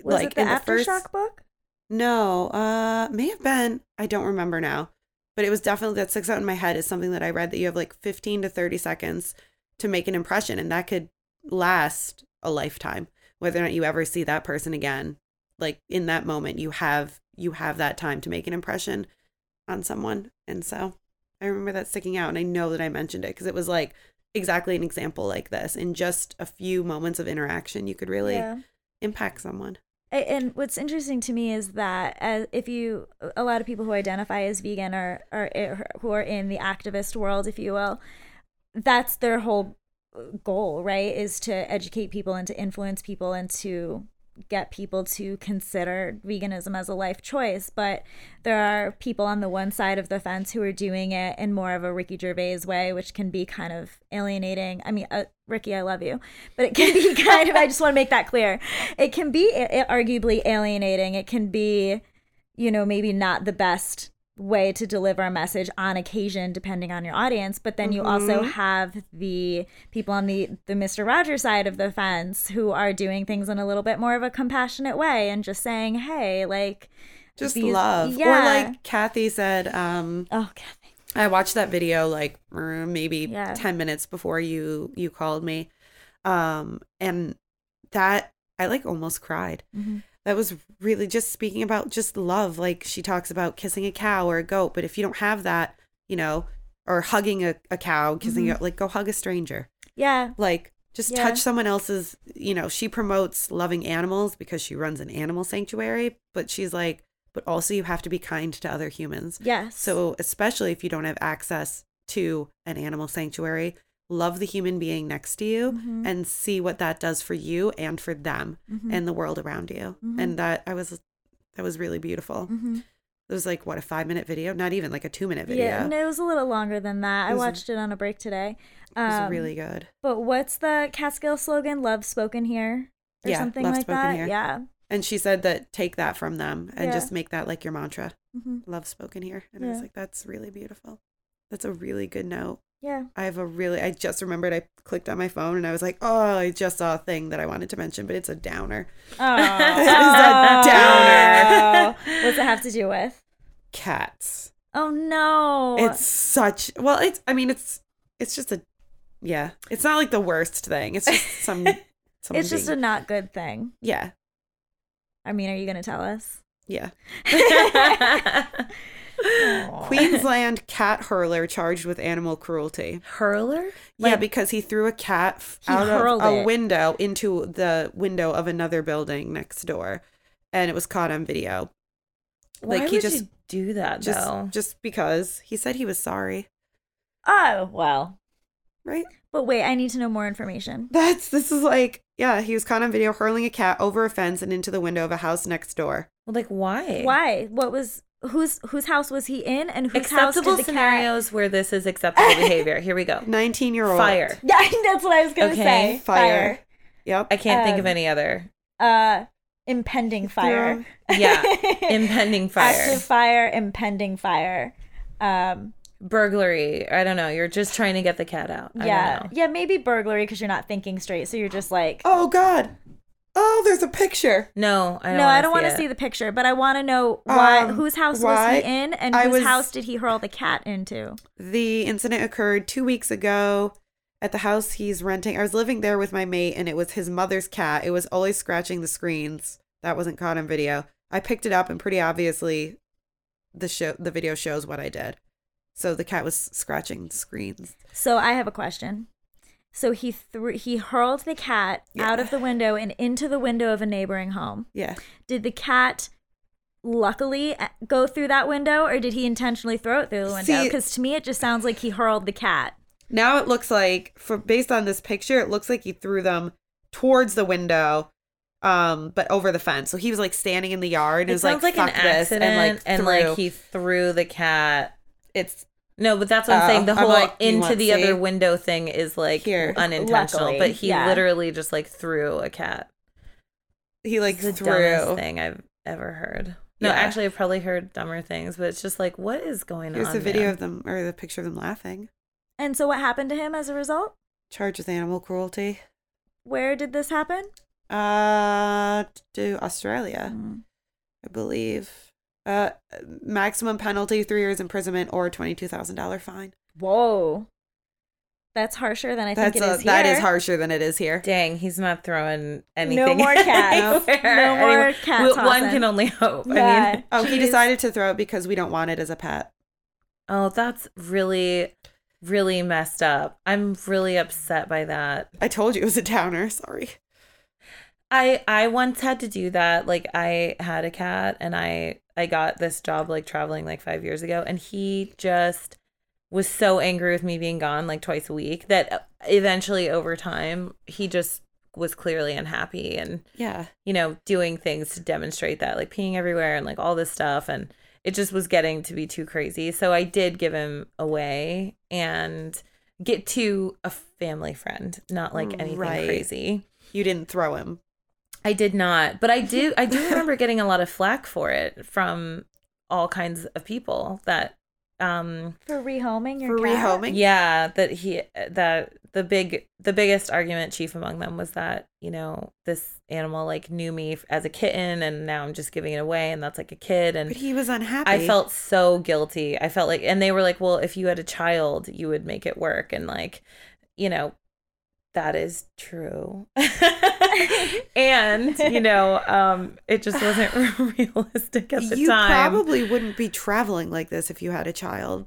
S1: was it the aftershock book
S2: no, uh, may have been, I don't remember now, but it was definitely that sticks out in my head is something that I read that you have like 15 to 30 seconds to make an impression, and that could last a lifetime, whether or not you ever see that person again. Like in that moment, you have you have that time to make an impression on someone, and so I remember that sticking out, and I know that I mentioned it because it was like exactly an example like this. In just a few moments of interaction, you could really
S1: yeah
S2: impact someone.
S1: A- And what's interesting to me is that as if you, a lot of people who identify as vegan or, or who are in the activist world, if you will, that's their whole goal, right? Is to educate people and to influence people and to get people to consider veganism as a life choice. But there are people on the one side of the fence who are doing it in more of a Ricky Gervais way, which can be kind of alienating. I mean, uh, Ricky, I love you, but it can be kind of, I just want to make that clear. It can be a- arguably alienating. It can be, you know, maybe not the best way to deliver a message on occasion depending on your audience but then you
S2: Mm-hmm.
S1: also have the people on the the Mr. Rogers side of the fence who are doing things in a little bit more of a compassionate way and just saying hey like
S2: just
S1: these-
S2: love
S1: yeah.
S2: or like kathy said um
S1: oh Kathy.
S2: I watched that video like er, maybe
S1: Yeah.
S2: 10 minutes before you you called me. Um and that I like almost cried.
S1: Mhm.
S2: That was really just speaking about just love like she talks about kissing a cow or a goat, but if you don't have that, you know, or hugging a, a cow, kissing
S1: Mm-hmm.
S2: a, like go hug a stranger.
S1: Yeah.
S2: Like just
S1: Yeah.
S2: touch someone else's, you know, she promotes loving animals because she runs an animal sanctuary, but she's like but also you have to be kind to other humans.
S1: Yes.
S2: So, especially if you don't have access to an animal sanctuary, love the human being next to you
S1: Mhm.
S2: and see what that does for you and for them
S1: Mhm.
S2: and the world around you.
S1: Mhm.
S2: And that I was, that was really beautiful.
S1: Mhm.
S2: It was like, what, a five minute video? Not even like a two minute video.
S1: Yeah, no, it was a little longer than that.
S2: It
S1: I
S2: was-
S1: watched it on a break today.
S2: It was
S1: Um,
S2: really good.
S1: But what's the Catskill slogan? Love spoken here, or
S2: Yeah,
S1: something
S2: love
S1: like
S2: spoken
S1: that.
S2: here.
S1: Yeah.
S2: And she said that take that from them and
S1: Yeah.
S2: just make that like your mantra.
S1: hmm
S2: Love spoken here. And I was
S1: Yeah.
S2: like, that's really beautiful. That's a really good note.
S1: Yeah.
S2: I have a really, I just remembered I clicked on my phone and I was like, oh, I just saw a thing that I wanted to mention, but it's a downer.
S1: Oh,
S2: a
S1: Oh.
S2: downer.
S1: What's it have to do with?
S2: Cats.
S1: Oh no!
S2: It's such, well, it's, I mean, it's, it's just a, yeah, it's not like the worst thing. It's just some, some,
S1: it's just a not good thing.
S2: yeah,
S1: I mean, are you gonna tell us?
S2: yeah.
S1: Aw.
S2: Queensland cat hurler charged with animal cruelty.
S3: Hurler?
S2: yeah,
S3: Like-
S2: because he threw a cat f-
S1: He
S2: out
S1: hurled
S2: of a
S1: it.
S2: window into the window of another building next door and it was caught on video.
S3: Why
S2: Like,
S3: would
S2: he just-
S3: you do that
S2: Just
S3: though?
S2: just because he said he was sorry,
S1: Oh well.
S2: right?
S1: But wait, I need to know more information.
S2: That's this is like yeah, he was caught on video hurling a cat over a fence and into the window of a house next door.
S3: well, like why?
S1: Why? What was whose whose house was he in, and whose house did
S3: Acceptable
S1: the cat?
S3: scenarios where this is acceptable behavior. Here we go.
S2: 19 year old.
S3: Fire.
S1: Yeah, that's what I was gonna
S3: Okay,
S1: say.
S2: Fire. Yep.
S3: I can't think of
S1: Um,
S3: any other.
S1: Uh, impending fire.
S3: Yeah. Impending fire.
S1: Active fire. Impending fire. Um,
S3: Burglary. I don't know. You're just trying to get the cat out. I
S1: yeah,
S3: don't know.
S1: yeah, maybe burglary because you're not thinking straight, so you're just like,
S2: Oh god. Oh, there's a picture.
S3: No, I don't
S1: no, I don't want to
S3: it.
S1: see the picture, but I want to know why,
S2: Um,
S1: whose house
S2: why?
S1: was he in, and
S2: I
S1: whose
S2: was-
S1: house did he hurl the cat into?
S2: The incident occurred 2 weeks ago at the house he's renting. I was living there with my mate and it was his mother's cat. It was always scratching the screens. That wasn't caught on video. I picked it up and pretty obviously the show the video shows what I did. So the cat was scratching screens.
S1: So I have a question. So he threw, he hurled the cat
S2: Yeah.
S1: out of the window and into the window of a neighboring home.
S2: Yeah.
S1: Did the cat luckily uh, go through that window, or did he intentionally throw it through the window?
S2: See-
S1: Because to me, it just sounds like he hurled the cat.
S2: Now it looks like for based on this picture, it looks like he threw them towards the window, um, but over the fence. So he was like standing in the yard and
S3: It
S2: was
S3: sounds
S2: like,
S3: like,
S2: "Fuck
S3: an
S2: this,"
S3: accident,
S2: and like threw.
S3: he threw the cat.
S2: it's
S3: No, but that's what I'm
S2: Oh,
S3: saying. The
S2: I'm
S3: whole
S2: like, you
S3: into
S2: want-
S3: the
S2: see?
S3: other window thing is like
S2: Here.
S3: unintentional,
S1: Luckily,
S3: but he
S1: yeah.
S3: literally just like threw a cat.
S2: he like
S3: It's the dumbest
S2: threw.
S3: thing I've ever heard. No,
S2: Yeah.
S3: actually, I've probably heard dumber things, but it's just like, what is going
S2: Here's
S3: on?
S2: the video
S3: man?
S2: of them or the picture of them laughing.
S1: And so, what happened to him as a result?
S2: Charged with animal cruelty.
S1: Where did this happen?
S2: Uh to Australia,
S1: Mm.
S2: I believe. Uh maximum penalty, three years imprisonment or twenty two thousand dollar fine.
S1: Whoa, that's harsher than I
S2: That's
S1: think it is.
S2: a, that
S1: here.
S2: is harsher than it is here.
S3: Dang, he's not throwing anything.
S1: more cats.
S3: anywhere.
S1: No more
S3: Anyway,
S1: cat
S3: well,
S1: tossing.
S3: One can only hope. I
S1: Yeah.
S3: mean,
S2: Oh, he
S1: Jeez.
S2: decided to throw it because we don't want it as a pet.
S3: oh, that's really, really messed up. I'm really upset by that.
S2: I told you it was a downer. Sorry.
S3: I I once had to do that. Like I had a cat and I I got this job like traveling like 5 years ago and he just was so angry with me being gone like twice a week that eventually over time he just was clearly unhappy and
S2: Yeah.
S3: you know doing things to demonstrate that like peeing everywhere and like all this stuff and it just was getting to be too crazy. So I did give him away and get to a family friend, not like anything
S2: Right.
S3: crazy.
S2: You didn't throw him.
S3: I did not, but I do I do remember getting a lot of flack for it from all kinds of people that um
S1: For rehoming your
S2: for
S1: cat?
S2: rehoming.
S3: yeah that he that the big the biggest argument chief among them was that you know this animal like knew me f- as a kitten and now i'm just giving it away and that's like a kid
S2: But
S3: and
S2: he was unhappy.
S3: i felt so guilty i felt like and they were like well if you had a child you would make it work and like you know that is true and you know um it just wasn't realistic at the
S2: you
S3: time
S2: probably wouldn't be traveling like this if you had a child,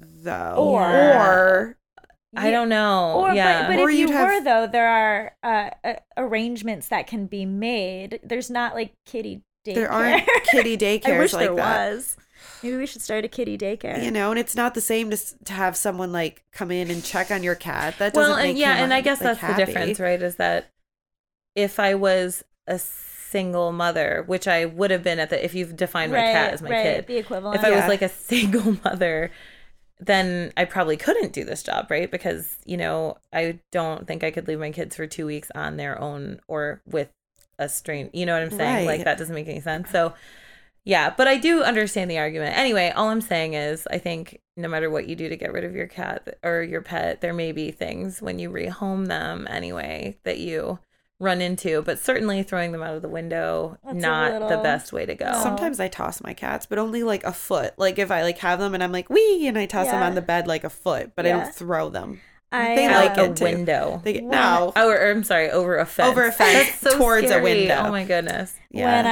S2: though.
S1: Or-
S2: or
S3: i don't know
S1: Or,
S3: yeah
S1: But, but
S2: Or
S1: if you
S2: you'd have-
S1: were though, there are uh, uh, arrangements that can be made. There's not like kitty daycare.
S2: there aren't kitty
S1: I
S2: daycares
S1: wish
S2: like
S1: there
S2: that.
S1: was. Maybe we should start a kitty daycare.
S2: You know, and it's not the same to, s- to have someone like come in and check on your cat. That doesn't
S3: well and
S2: make
S3: yeah
S2: him,
S3: and i guess
S2: like,
S3: that's
S2: happy.
S3: the difference right is that if i was a single mother which i would have been at the if you've defined my cat as my
S1: right,
S3: kid
S1: The equivalent.
S3: if i was
S2: Yeah.
S3: like a single mother then i probably couldn't do this job right because you know i don't think i could leave my kids for two weeks on their own or with a strain you know what i'm saying like
S2: Right.
S3: that doesn't make any sense so yeah but i do understand the argument anyway all i'm saying is i think no matter what you do to get rid of your cat or your pet there may be things when you rehome them anyway that you run into but certainly throwing them out of the window
S1: That's a
S3: not the
S1: little-
S3: best way to go
S1: Some-
S2: Sometimes I toss my cats, but only like a foot. Like if I like have them and I'm like wee, and I toss them
S1: Yeah.
S2: on the bed like a foot, but I
S1: Yeah.
S2: don't throw them.
S1: I,
S2: they
S1: uh,
S2: like
S3: out
S2: it
S3: a
S2: too.
S3: window
S2: They get,
S1: Wow.
S2: no,
S3: Oh, or, or, I'm sorry, over a fence.
S2: Over a fence,
S3: That's so
S2: towards a
S3: scary.
S2: window.
S3: Oh my goodness.
S1: when
S2: yeah.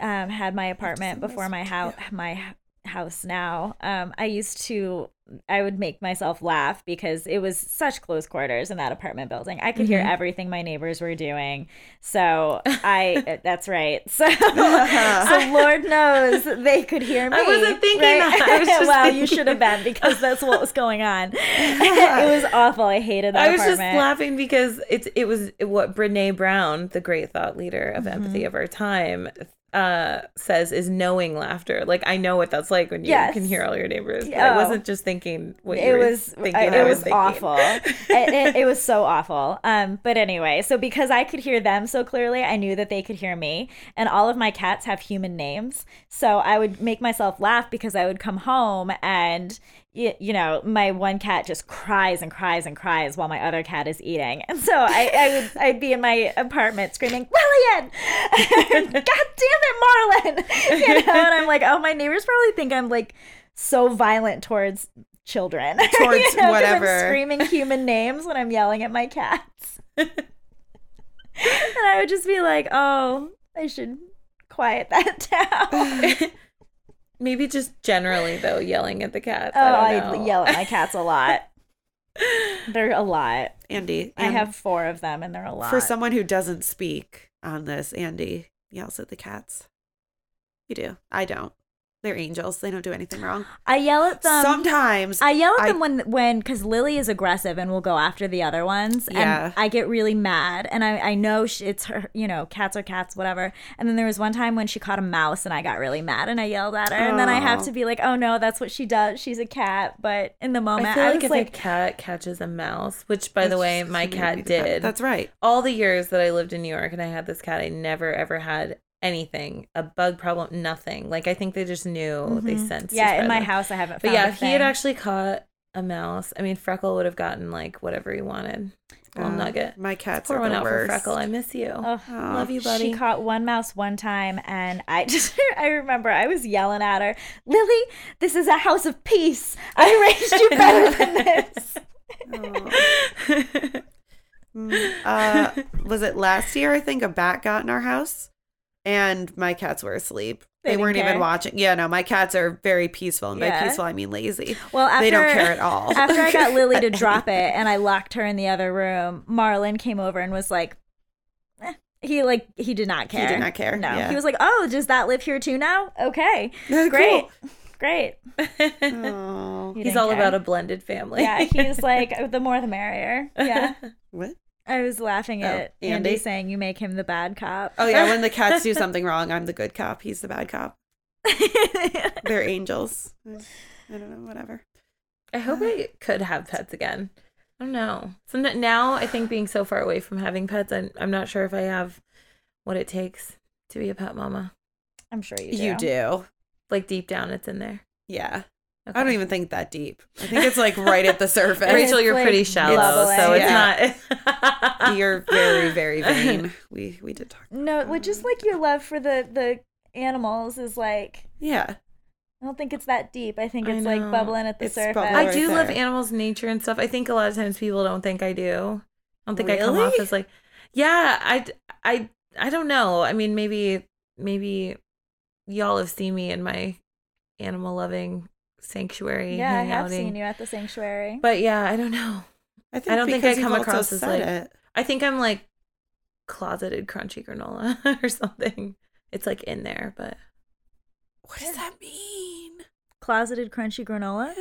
S1: I um, had my apartment
S2: Interesting.
S1: before my house, my h- house now, um, I used to, I would make myself laugh because it was such close quarters in that apartment building. I could hear
S3: Mhm.
S1: everything my neighbors were doing. So I, uh, that's right. So, so Lord knows they could hear me.
S3: Uh-huh. I wasn't thinking that. I was just
S1: well, you
S3: thinking-
S1: should have been because that's what was going on. it was awful. I hated that
S3: I was just
S1: apartment.
S3: laughing because it's it was what Brene Brown, the great thought leader of
S1: Mm-hmm.
S3: empathy of our time, uh, says is knowing laughter. Like I know what that's like when you
S1: Yes.
S3: can hear all your neighbors. But
S1: Oh.
S3: I wasn't just thinking what you
S1: it
S3: were
S1: was
S3: thinking.
S1: I-
S3: I
S1: it was
S3: thinking.
S1: awful it, it, it was so awful um but anyway so because i could hear them so clearly i knew that they could hear me and all of my cats have human names so i would make myself laugh because i would come home and y- you know my one cat just cries and cries and cries while my other cat is eating and so i, I would i'd be in my apartment screaming lillian god damn it marlin you know and i'm like oh my neighbors probably think i'm like so violent towards children
S2: Towards
S1: 'cause I'm
S2: whatever.
S1: screaming human names when i'm yelling at my cats and i would just be like oh i should quiet that down
S3: Maybe just generally though, yelling at the cats.
S1: oh
S3: I,
S1: i,
S3: don't know.
S1: yell at my cats a lot they're a lot
S2: Andy,
S1: i
S2: and
S1: have four of them and they're a lot
S2: for someone who doesn't speak on this. Andy yells at the cats. You do. I don't. They're angels. They don't do anything wrong.
S1: i yell at them
S2: Sometimes
S1: I yell at
S2: I-
S1: them when when because Lily is aggressive and will go after the other ones,
S2: Yeah.
S1: and I get really mad. And I I know she, it's her, you know, cats are cats, whatever. And then there was one time when she caught a mouse, and I got really mad, and I yelled at her, and then I have
S2: Oh.
S1: to be like, oh no, that's what she does. She's a cat. But in the moment,
S3: Oh, I
S1: I,
S3: feel like
S1: was
S3: if
S1: like,
S3: a cat catches a mouse, which by the
S2: That's
S3: way,
S2: just
S3: my
S2: gonna be
S3: cat
S2: the cat.
S3: did.
S2: That's right.
S3: all the years that I lived in New York and I had this cat, I never ever had anything, a bug problem, nothing. Like I think they just knew they
S1: Mhm.
S3: sensed. his
S1: yeah, in my
S3: presence.
S1: house, I haven't.
S3: But
S1: Found
S3: yeah,
S1: a
S3: if he had
S1: thing.
S3: actually caught a mouse, I mean, Freckle would have gotten like whatever he wanted. Little
S1: Uh,
S2: Um,
S3: nugget.
S2: My cats
S3: Pour
S2: are
S3: one
S2: the
S3: out for
S2: worst.
S3: Freckle. I miss you.
S1: Ugh.
S2: Aw.
S3: Love you,
S1: She
S3: buddy.
S1: caught one mouse one time, and I just I remember I was yelling at her, Lily, this is a house of peace. I raised you better than this.
S2: Mm, uh, was it last year? I think a bat got in our house, and my cats were asleep.
S1: They
S2: They,
S1: didn't
S2: weren't
S1: care?
S2: even watching. Yeah, no, my cats are very peaceful, and by
S1: Yeah.
S2: peaceful I mean lazy.
S1: Well, after,
S2: they don't care at all.
S1: after I got Lily to drop it and I locked her in the other room, Marlon came over and was like, eh. he like he did not
S2: He
S1: care.
S2: did not care,
S1: No,
S2: yeah.
S1: he was like, oh, does that live here too now? Okay,
S2: Cool.
S1: great, great.
S2: Aw.
S1: He
S3: He's
S1: didn't
S3: all
S1: care.
S3: about a blended family.
S1: Yeah, he's like the more the merrier. Yeah,
S2: What?
S1: I was laughing
S2: Oh,
S1: at Andy?
S2: Andy?
S1: saying you make him the bad cop.
S2: Oh yeah, when the cats do something wrong, I'm the good cop. He's the bad cop. They're angels. I don't know. Whatever.
S3: I hope I could have pets again. I don't know. So n- now I think being so far away from having pets, I'm, I'm not sure if I have what it takes to be a pet mama.
S1: I'm sure you do.
S2: You do.
S3: Like deep down, it's in there.
S2: Yeah. I don't even think that deep. I think it's like right at the surface.
S1: It's
S3: Rachel, you're
S1: like
S3: pretty shallow,
S1: level
S3: so
S1: A.
S3: it's
S2: Yeah.
S3: not.
S2: You're very, very vain. We we did talk.
S1: No, like, just like your love for the the animals is like
S2: Yeah.
S1: I don't think it's that deep. I think
S3: I
S1: it's like
S3: know.
S1: bubbling at the
S2: It's
S1: surface.
S2: bubbling.
S3: I
S2: Right
S3: do love
S2: there.
S3: animals, nature, and stuff. I think a lot of times people don't think I do. I don't think I come off
S2: Really?
S3: as like, yeah. I, I, I don't know. I mean, maybe, maybe y'all have seen me in my animal loving sanctuary.
S1: yeah, I have
S3: hangouting.
S1: seen you at the sanctuary.
S3: But yeah, I don't know.
S2: I think
S3: don't think
S2: because
S3: I come
S2: you've also
S3: across as,
S2: said
S3: like-
S2: it.
S3: I think I'm like closeted crunchy granola or something. It's like in there, but
S2: What does that mean?
S1: Closeted crunchy granola.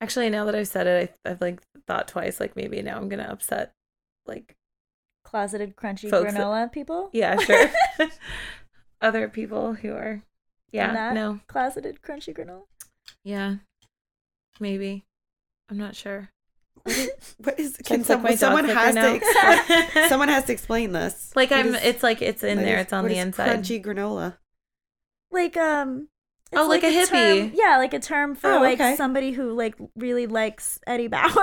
S3: actually, now that I've said it, I, I've like thought twice. Like maybe now I'm gonna upset. Like
S1: Closeted crunchy
S3: Folks that-
S1: granola people.
S3: yeah, sure. Other people who are, yeah,
S1: Not
S3: no,
S1: Closeted crunchy granola.
S3: yeah, maybe. I'm not sure.
S2: What is
S3: Should I
S2: can
S3: click
S2: some,
S3: my dog
S2: someone
S3: clicker
S2: has
S3: now?
S2: to explain, someone has to explain this.
S3: Like
S2: What
S3: I'm.
S2: is-
S3: it's like it's in
S2: what
S3: there.
S2: is-
S3: it's on
S2: what
S3: the
S2: is
S3: inside.
S2: Crunchy granola.
S1: Like um. it's
S3: Oh, like a
S1: term-
S3: hippie.
S1: yeah, like a term for
S2: Oh,
S1: like
S2: okay.
S1: somebody who like really likes Eddie Bauer.
S3: I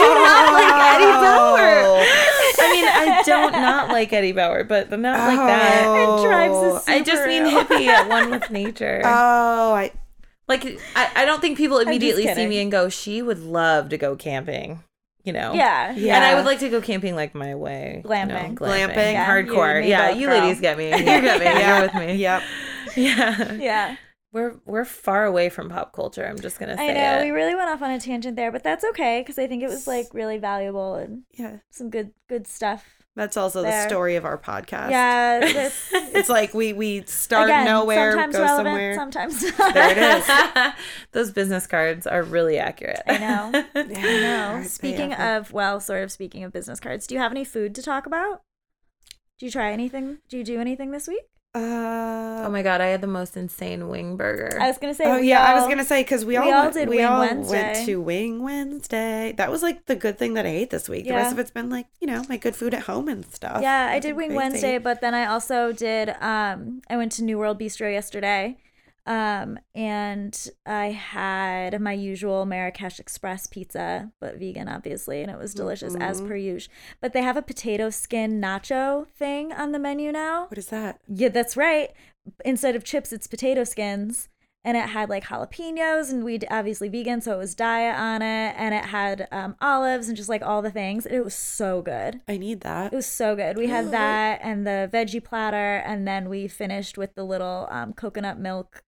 S3: do not like Eddie Bauer.
S2: Oh.
S3: I mean, I don't not like Eddie Bauer, but I'm not like that.
S1: It drives us-
S3: I just mean
S1: Subaru.
S3: hippie at one with nature.
S2: Oh, I
S3: like I, I don't think people
S1: just
S3: immediately see
S1: kidding.
S3: me and go, "She would love to go camping," you know?
S1: yeah,
S2: Yeah.
S3: And I would like to go camping like my way, you know,
S1: Glamping.
S3: glamping,
S2: Glamping.
S1: Yeah, you
S3: hardcore.
S1: and me
S3: yeah,
S1: both,
S3: you
S1: girl.
S3: ladies get me. You get me.
S2: Yeah.
S3: You're with me.
S2: yep.
S3: Yeah.
S1: yeah.
S3: We're we're far away from pop culture. I'm just gonna say
S1: I know
S3: it.
S1: we really went off on a tangent there, but that's okay because I think it was like really valuable and
S2: Yeah.
S1: some good good stuff.
S2: That's also
S1: There.
S2: the story of our podcast.
S1: Yeah, this,
S2: It's like we we start
S1: again,
S2: nowhere,
S1: sometimes
S2: go
S1: relevant,
S2: somewhere.
S1: sometimes
S2: There it is.
S3: Those business cards are really accurate.
S1: I know.
S2: Yeah,
S1: I know.
S2: aren't they
S1: Speaking
S2: ever?
S1: of, well, sort of speaking of business cards, do you have any food to talk about? Do you try anything? Do you do anything this week?
S2: uh,
S3: oh my god, I had the most insane wing burger.
S1: I was gonna say.
S2: Oh
S1: we
S2: yeah, I was
S1: all-
S2: gonna say because we,
S1: we
S2: all
S1: all
S2: went-
S1: did
S2: we
S1: Wing
S2: all
S1: Wednesday.
S2: went to Wing Wednesday. That was like the good thing that I ate this week. The
S1: Yeah.
S2: rest of it's been like you know my good food at home and stuff.
S1: Yeah, I
S2: Nothing
S1: did Wing
S2: crazy.
S1: Wednesday, but then I also did. Um, I went to New World Bistro yesterday, um, and I had my usual Marrakesh Express pizza, but vegan, obviously, and it was delicious as per usual. But they have a potato skin nacho thing on the menu now.
S2: What is that?
S1: Yeah, that's right. Instead of chips, it's potato skins. And it had like jalapenos, and we'd obviously vegan, so it was diet on it. And it had um, olives and just like all the things. And it was so good.
S2: I need that.
S1: It was so good. We
S3: Oh,
S1: had that and the veggie platter, and then we finished with the little um, coconut milk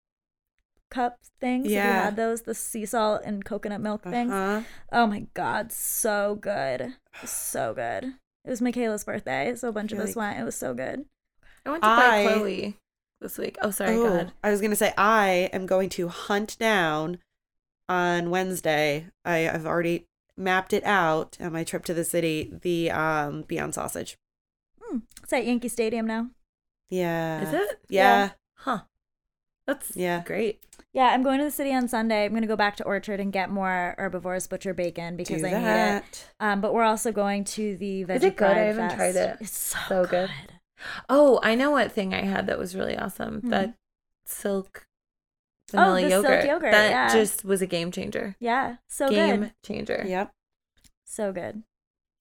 S1: cup things. If you
S2: Yeah.
S1: had those, the sea salt and coconut milk things.
S2: Uh-huh.
S1: Oh my God, so good. So good. It was Michaela's birthday, so a bunch of
S2: Really
S1: us went. It was so good.
S3: I went to buy
S2: I-
S3: Chloe this week. Oh, sorry,
S2: Oh,
S3: go ahead.
S2: I was gonna say I am going to hunt down on Wednesday. I, I've already mapped it out on my trip to the city. The um Beyond Sausage.
S1: Hmm. It's at Yankee Stadium now.
S2: Yeah.
S3: Is it?
S2: Yeah.
S3: Huh. That's
S2: Yeah.
S3: great.
S1: Yeah, I'm going to the city on Sunday. I'm going to go back to Orchard and get more herbivores butcher bacon because
S2: Do
S1: I need it.
S2: that.
S1: Um, but we're also going to the veggie
S3: Is it good?
S1: Pride
S3: I haven't
S1: Fest.
S3: tried it.
S1: It's so,
S3: So
S1: good.
S3: good. Oh, I know what thing I had that was really awesome.
S1: Hmm.
S3: That silk
S1: Oh,
S3: vanilla
S1: the silk
S3: yogurt.
S1: yogurt,
S3: That
S1: yeah.
S3: just was a game changer.
S1: Yeah, so
S3: game
S1: good.
S3: changer.
S2: Yep.
S1: So good.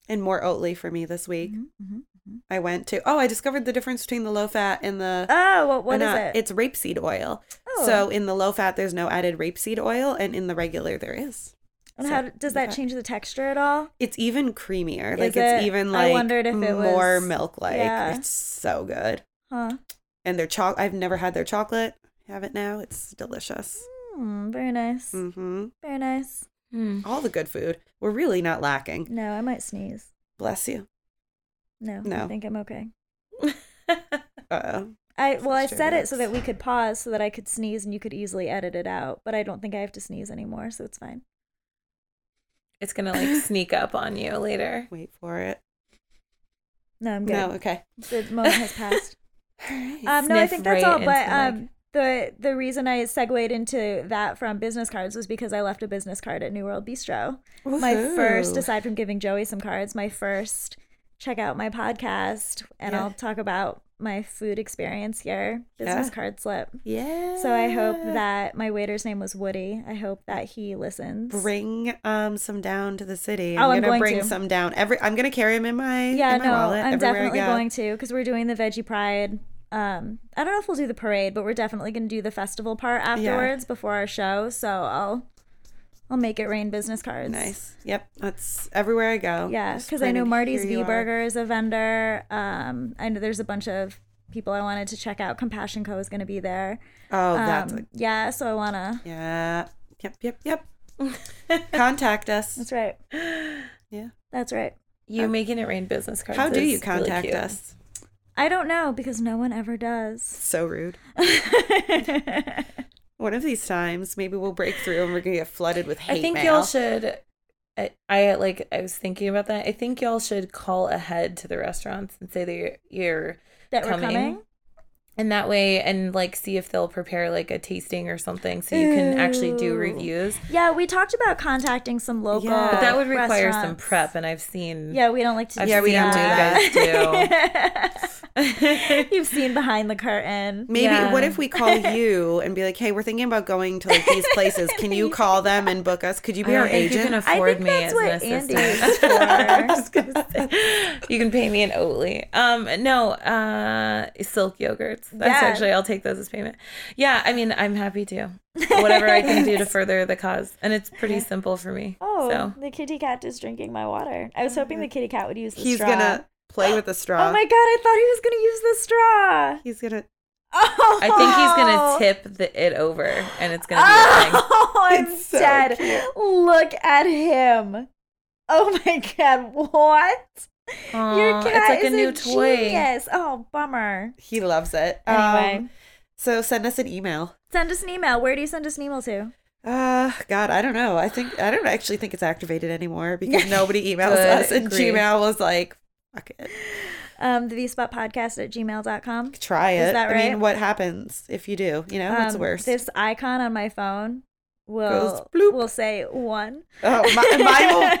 S2: And more Oatly for me this week.
S1: Mhm, mhm, mhm.
S2: I went to. Oh, I discovered the difference between the low fat and the.
S1: Oh, what, what
S2: and,
S1: is
S2: uh,
S1: it?
S2: It's rapeseed oil.
S1: oh,
S2: So in the low fat, there's no added rapeseed oil, and in the regular, there is.
S1: and
S2: so-
S1: how d- does that
S2: yeah.
S1: change the texture at all?
S2: It's even creamier. like
S1: Is it?
S2: it's even
S1: I
S2: like
S1: wondered if it
S2: more
S1: was-
S2: milk like.
S1: yeah.
S2: It's so good.
S1: Huh.
S2: And their choc I've never had their chocolate. Have it now. It's delicious.
S1: Hmm, very nice.
S2: hmm
S1: Very nice.
S3: Hmm.
S2: All the good food. We're really not lacking.
S1: No, I might sneeze.
S2: Bless you.
S1: No, I
S2: No.
S1: think I'm okay.
S2: Uh
S1: I well, I
S2: Sure,
S1: said it so that
S2: that's-
S1: we could pause, so that I could sneeze and you could easily edit it out. But I don't think I have to sneeze anymore, so it's fine.
S3: It's gonna like sneak up on you later.
S2: wait for it.
S1: No, I'm good.
S2: No, okay.
S1: The moment has passed.
S2: All right.
S1: Um, no, I
S3: Sniff
S1: think that's
S3: right
S1: all.
S3: into
S1: But
S3: the
S1: um, the the reason I segued into that from business cards was because I left a business card at New World Bistro. My
S2: Woohoo.
S1: first, aside from giving Joey some cards, my first check out my podcast and
S3: Yeah.
S1: I'll talk about my food experience here. Business card slip.
S2: Yeah.
S1: So I hope that my waiter's name was Woody. I hope that he listens.
S2: bring um some down to the city.
S1: Oh, I'm
S2: gonna
S1: going
S2: bring
S1: to.
S2: some down. Every I'm gonna carry them in my
S1: yeah,
S2: in my
S1: no,
S2: wallet
S1: I'm
S2: everywhere
S1: definitely
S2: I go.
S1: going to because we're doing the veggie pride. Um, I don't know if we'll do the parade, but we're definitely going to do the festival part afterwards before our show. So I'll I'll make it rain business cards.
S2: Nice. Yep. That's everywhere I go.
S1: Yeah,
S2: Just
S1: because I
S2: planning
S1: know
S2: to
S1: Marty's
S2: hear
S1: V
S2: you are.
S1: Burger is a vendor. Um, I know there's a bunch of people I wanted to check out. Compassion Co is going to be there.
S2: Oh,
S1: Um,
S2: that's a,
S1: yeah, so I want to.
S2: yeah. Yep. Yep. Yep. Contact us.
S1: That's right.
S2: Yeah.
S1: That's right.
S3: You making it rain business cards.
S2: How do
S3: is
S2: you
S3: really
S2: contact
S3: cute.
S2: us?
S1: I don't know because no one ever does.
S2: So rude. One of these times, maybe we'll break through and we're gonna get flooded with hate
S3: I think
S2: mail.
S3: y'all should. I, I like. I was thinking about that. I think y'all should call ahead to the restaurants and say that you're, you're
S1: that
S3: coming,
S1: we're coming.
S3: and that way, and like see if they'll prepare like a tasting or something, so you can actually do
S1: Ooh.
S3: reviews.
S1: Yeah, we talked about contacting some local.
S2: Yeah.
S3: But that would require some
S1: restaurants.
S3: prep, and I've seen.
S1: Yeah, we don't like to.
S3: I've
S1: do
S2: Yeah, we
S3: seen
S2: don't do
S3: what you guys do.
S1: that. You've seen behind the curtain.
S2: Maybe what
S3: Yeah.
S2: if we call you and be like, "Hey, we're thinking about going to like these places. Can you call them and book us? Could you be
S3: I
S2: our
S3: don't think you
S2: agent?"
S3: can
S1: I
S3: afford
S1: think
S3: me
S1: that's
S3: as an
S1: what Andy
S3: assistant.
S1: is for.
S3: you can pay me in Oatly. Um, no, uh, silk yogurts. That's
S1: Yeah.
S3: actually I'll take those as payment. Yeah, I mean I'm happy to whatever I can do to further the cause, and it's pretty simple for me.
S1: Oh,
S3: so Mm-hmm.
S1: the kitty cat is drinking my water. I was hoping the kitty cat would use the
S2: He's
S1: straw.
S2: gonna play with the straw.
S3: uh,
S1: Oh my god, I thought he was gonna use the straw.
S2: He's gonna.
S1: Oh.
S3: I think he's gonna tip the, it over, and it's gonna be a thing.
S1: Oh, I'm
S2: It's so
S1: dead.
S2: cute.
S1: Look at him. Oh my god, what? Your
S3: Aw,
S1: cat
S3: it's like
S1: is
S3: a new toy.
S1: Genius. Oh, bummer.
S2: He loves it. Um,
S1: Anyway,
S2: so send us an email.
S1: send us an email. Where do you send us an email to?
S2: Uh, God, I don't know. I think I don't actually think it's activated anymore because nobody emails
S3: Good
S2: us, and
S3: grief.
S2: Gmail was like, "Fuck it,
S1: Um, the vspotpodcast at gmail.com.
S2: try it."
S1: Is that
S2: I
S1: right?
S2: mean, what happens if you do? You know,
S3: Oh,
S2: what's
S1: Um,
S2: worse?
S1: This icon on my phone will
S2: bloop.
S1: will say one.
S2: Oh, my, mine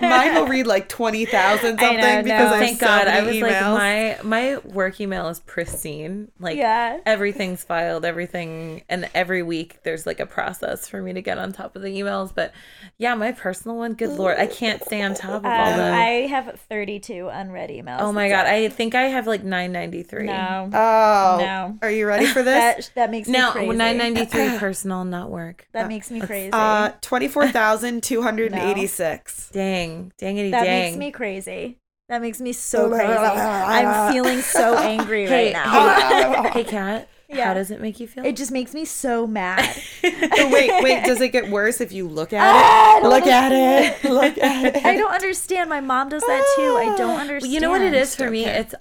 S2: will mine will read like twenty thousand
S1: I
S2: something
S1: know, no.
S2: because I have
S3: Thank
S2: so
S3: God,
S2: many
S3: I was
S2: emails.
S3: like my my work email is pristine. Like
S1: yeah.
S3: everything's filed everything and every week there's like a process for me to get on top of the emails but yeah my personal one good lord i can't stay on top of all
S1: Um,
S3: that
S1: I have 32 unread emails.
S3: oh my god
S1: That's
S3: i think i have like 993
S1: it. no.
S2: Oh,
S1: No.
S2: are you ready for this?
S1: That, that makes me
S3: no
S1: crazy.
S3: 993 personal not work
S1: That makes
S3: Oh,
S1: me crazy.
S2: uh, twenty-four thousand two hundred and eighty-six.
S3: dang dang it
S1: that
S3: dang Oh
S1: makes me crazy. That makes me so crazy. I'm feeling so angry right
S3: hey
S1: now.
S3: hey, hey cat
S1: Yeah.
S3: how does it make you feel
S1: It just makes me so mad.
S2: Oh, wait, wait. Does it get worse if you look at
S1: Oh,
S2: it? Look at it. Look at it.
S1: I don't understand. My mom does that too. I don't
S3: Well,
S1: understand.
S3: you know what it is for me? It's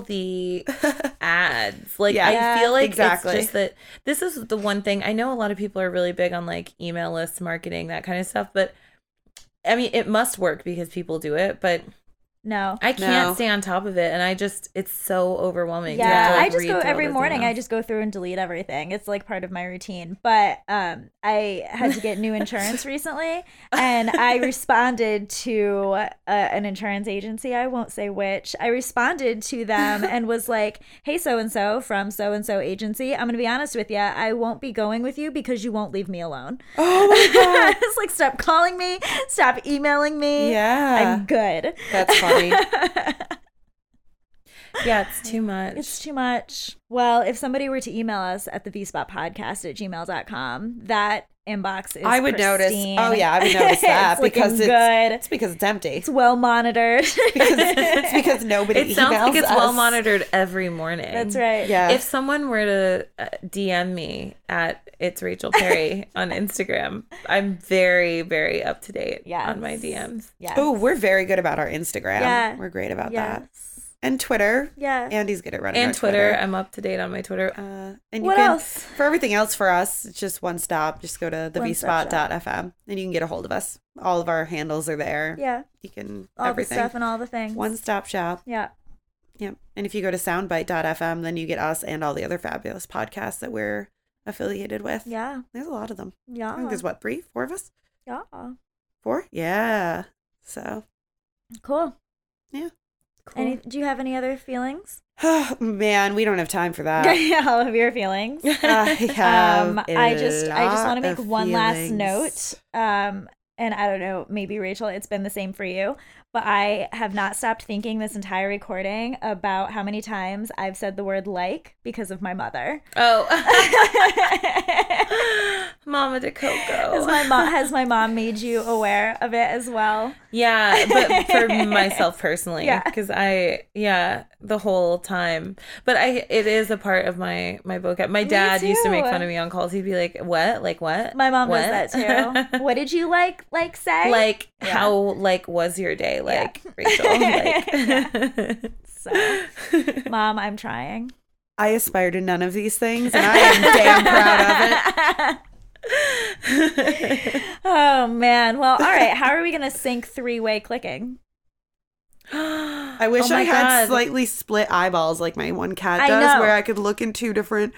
S3: the ads. Like
S2: Yeah,
S3: I feel like
S2: exactly.
S3: it's just that this is the one thing I know a lot of people are really big on like email lists, marketing, that kind of stuff, but I mean it must work because people do it, but
S1: No.
S3: I can't
S2: No.
S3: stay on top of it and I just it's so overwhelming. to have
S1: yeah,
S3: to,
S1: I
S3: like,
S1: just
S3: read
S1: go
S3: through all
S1: every
S3: those
S1: morning. I
S3: emails.
S1: just go through and delete everything. It's like part of my routine. But um, I had to get new insurance recently, and I responded to uh, an insurance agency. I won't say which. I responded to them and was like, "Hey, so and so from so and so agency. I'm gonna be honest with you. I won't be going with you because you won't leave me alone.
S2: Oh my god.
S1: it's like stop calling me, stop emailing me.
S2: Yeah,
S1: I'm good.
S2: that's funny.
S3: Yeah, it's too much.
S1: It's too much. Well, if somebody were to email us at the vspotpodcast at gmail.com, that inbox is
S2: I would
S1: pristine.
S2: notice. Oh yeah, I would notice that
S1: it's
S2: because
S1: looking
S2: it's
S1: good.
S2: it's because it's empty.
S1: It's well monitored.
S2: Because it's because nobody
S3: it sounds
S2: emails
S3: like it's
S2: us.
S3: well monitored every morning.
S1: That's right.
S2: Yeah.
S3: if someone were to uh, DM me at it's Rachel Perry on Instagram, I'm very very up to date
S1: Yes.
S3: on my DMs.
S1: Yeah.
S2: oh, we're very good about our Instagram.
S1: Yeah.
S2: We're great about that.
S1: yes.
S2: And Twitter.
S1: Yeah.
S2: Andy's good at running
S3: And
S2: our
S3: Twitter, I'm up to date on my Twitter.
S2: Uh, and you
S1: What
S2: can,
S1: else?
S2: For everything else for us, it's just one stop. Just go to the
S1: One stop shop.
S2: vspot.fm and you can get a hold of us. All of our handles are there.
S1: Yeah.
S2: You can
S1: All
S2: everything.
S1: the stuff and all the things.
S2: one stop shop.
S1: yeah.
S2: Yep. And if you go to soundbite.fm, then you get us and all the other fabulous podcasts that we're affiliated with.
S1: Yeah.
S2: There's a lot of them. I think
S1: Yeah.
S2: there's what, three, four of us?
S1: Yeah.
S2: Four? Yeah. So
S1: Cool.
S2: Yeah.
S3: cool.
S1: Any, do you have any other feelings?
S2: man, we don't have time for that.
S1: Yeah, All of your feelings.
S2: I have.
S1: um,
S2: a
S1: I just I just want to
S2: lot
S1: make
S2: of
S1: one last
S2: feelings.
S1: note. Um, and I don't know, maybe Rachel, it's been the same for you, but I have not stopped thinking this entire recording about how many times I've said the word like because of my mother.
S3: oh,
S1: Has
S3: Mama de Coco.
S1: my mom has my mom made you aware of it as well?
S3: Yeah, but for myself personally,
S1: Yeah.
S3: because I yeah the whole time. But I it is a part of my my vocab. My dad used to make
S1: too.
S3: fun of me on calls. He'd be like, "What? Like what?
S1: My mom
S3: what?
S1: does that too. what did you like like say?
S3: like
S1: Yeah.
S3: how like was your day? Like Rachel. Like.
S1: So, mom, I'm trying.
S2: I aspire to none of these things, and I am damn proud of it.
S1: oh man. Well, all right. How are we gonna sync three way clicking?
S2: I
S3: I
S2: wish I had slightly split eyeballs like my one cat
S1: Oh I
S2: does,
S1: know.
S2: where I could look in two different.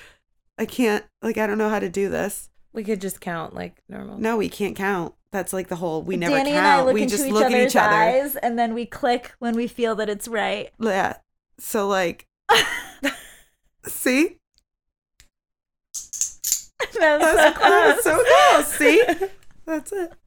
S2: I can't, like, I don't know how to do this.
S3: We could just count like normal.
S2: No, we can't count. That's like the whole we never
S1: Danny
S2: count.
S1: and I look
S2: we
S1: into
S2: just
S1: each
S2: look
S1: other's
S2: at each other.
S1: eyes and then we click when we feel that it's right.
S2: Yeah. So like See?
S1: That was so
S2: That was so
S1: close.
S2: close. See? That's it.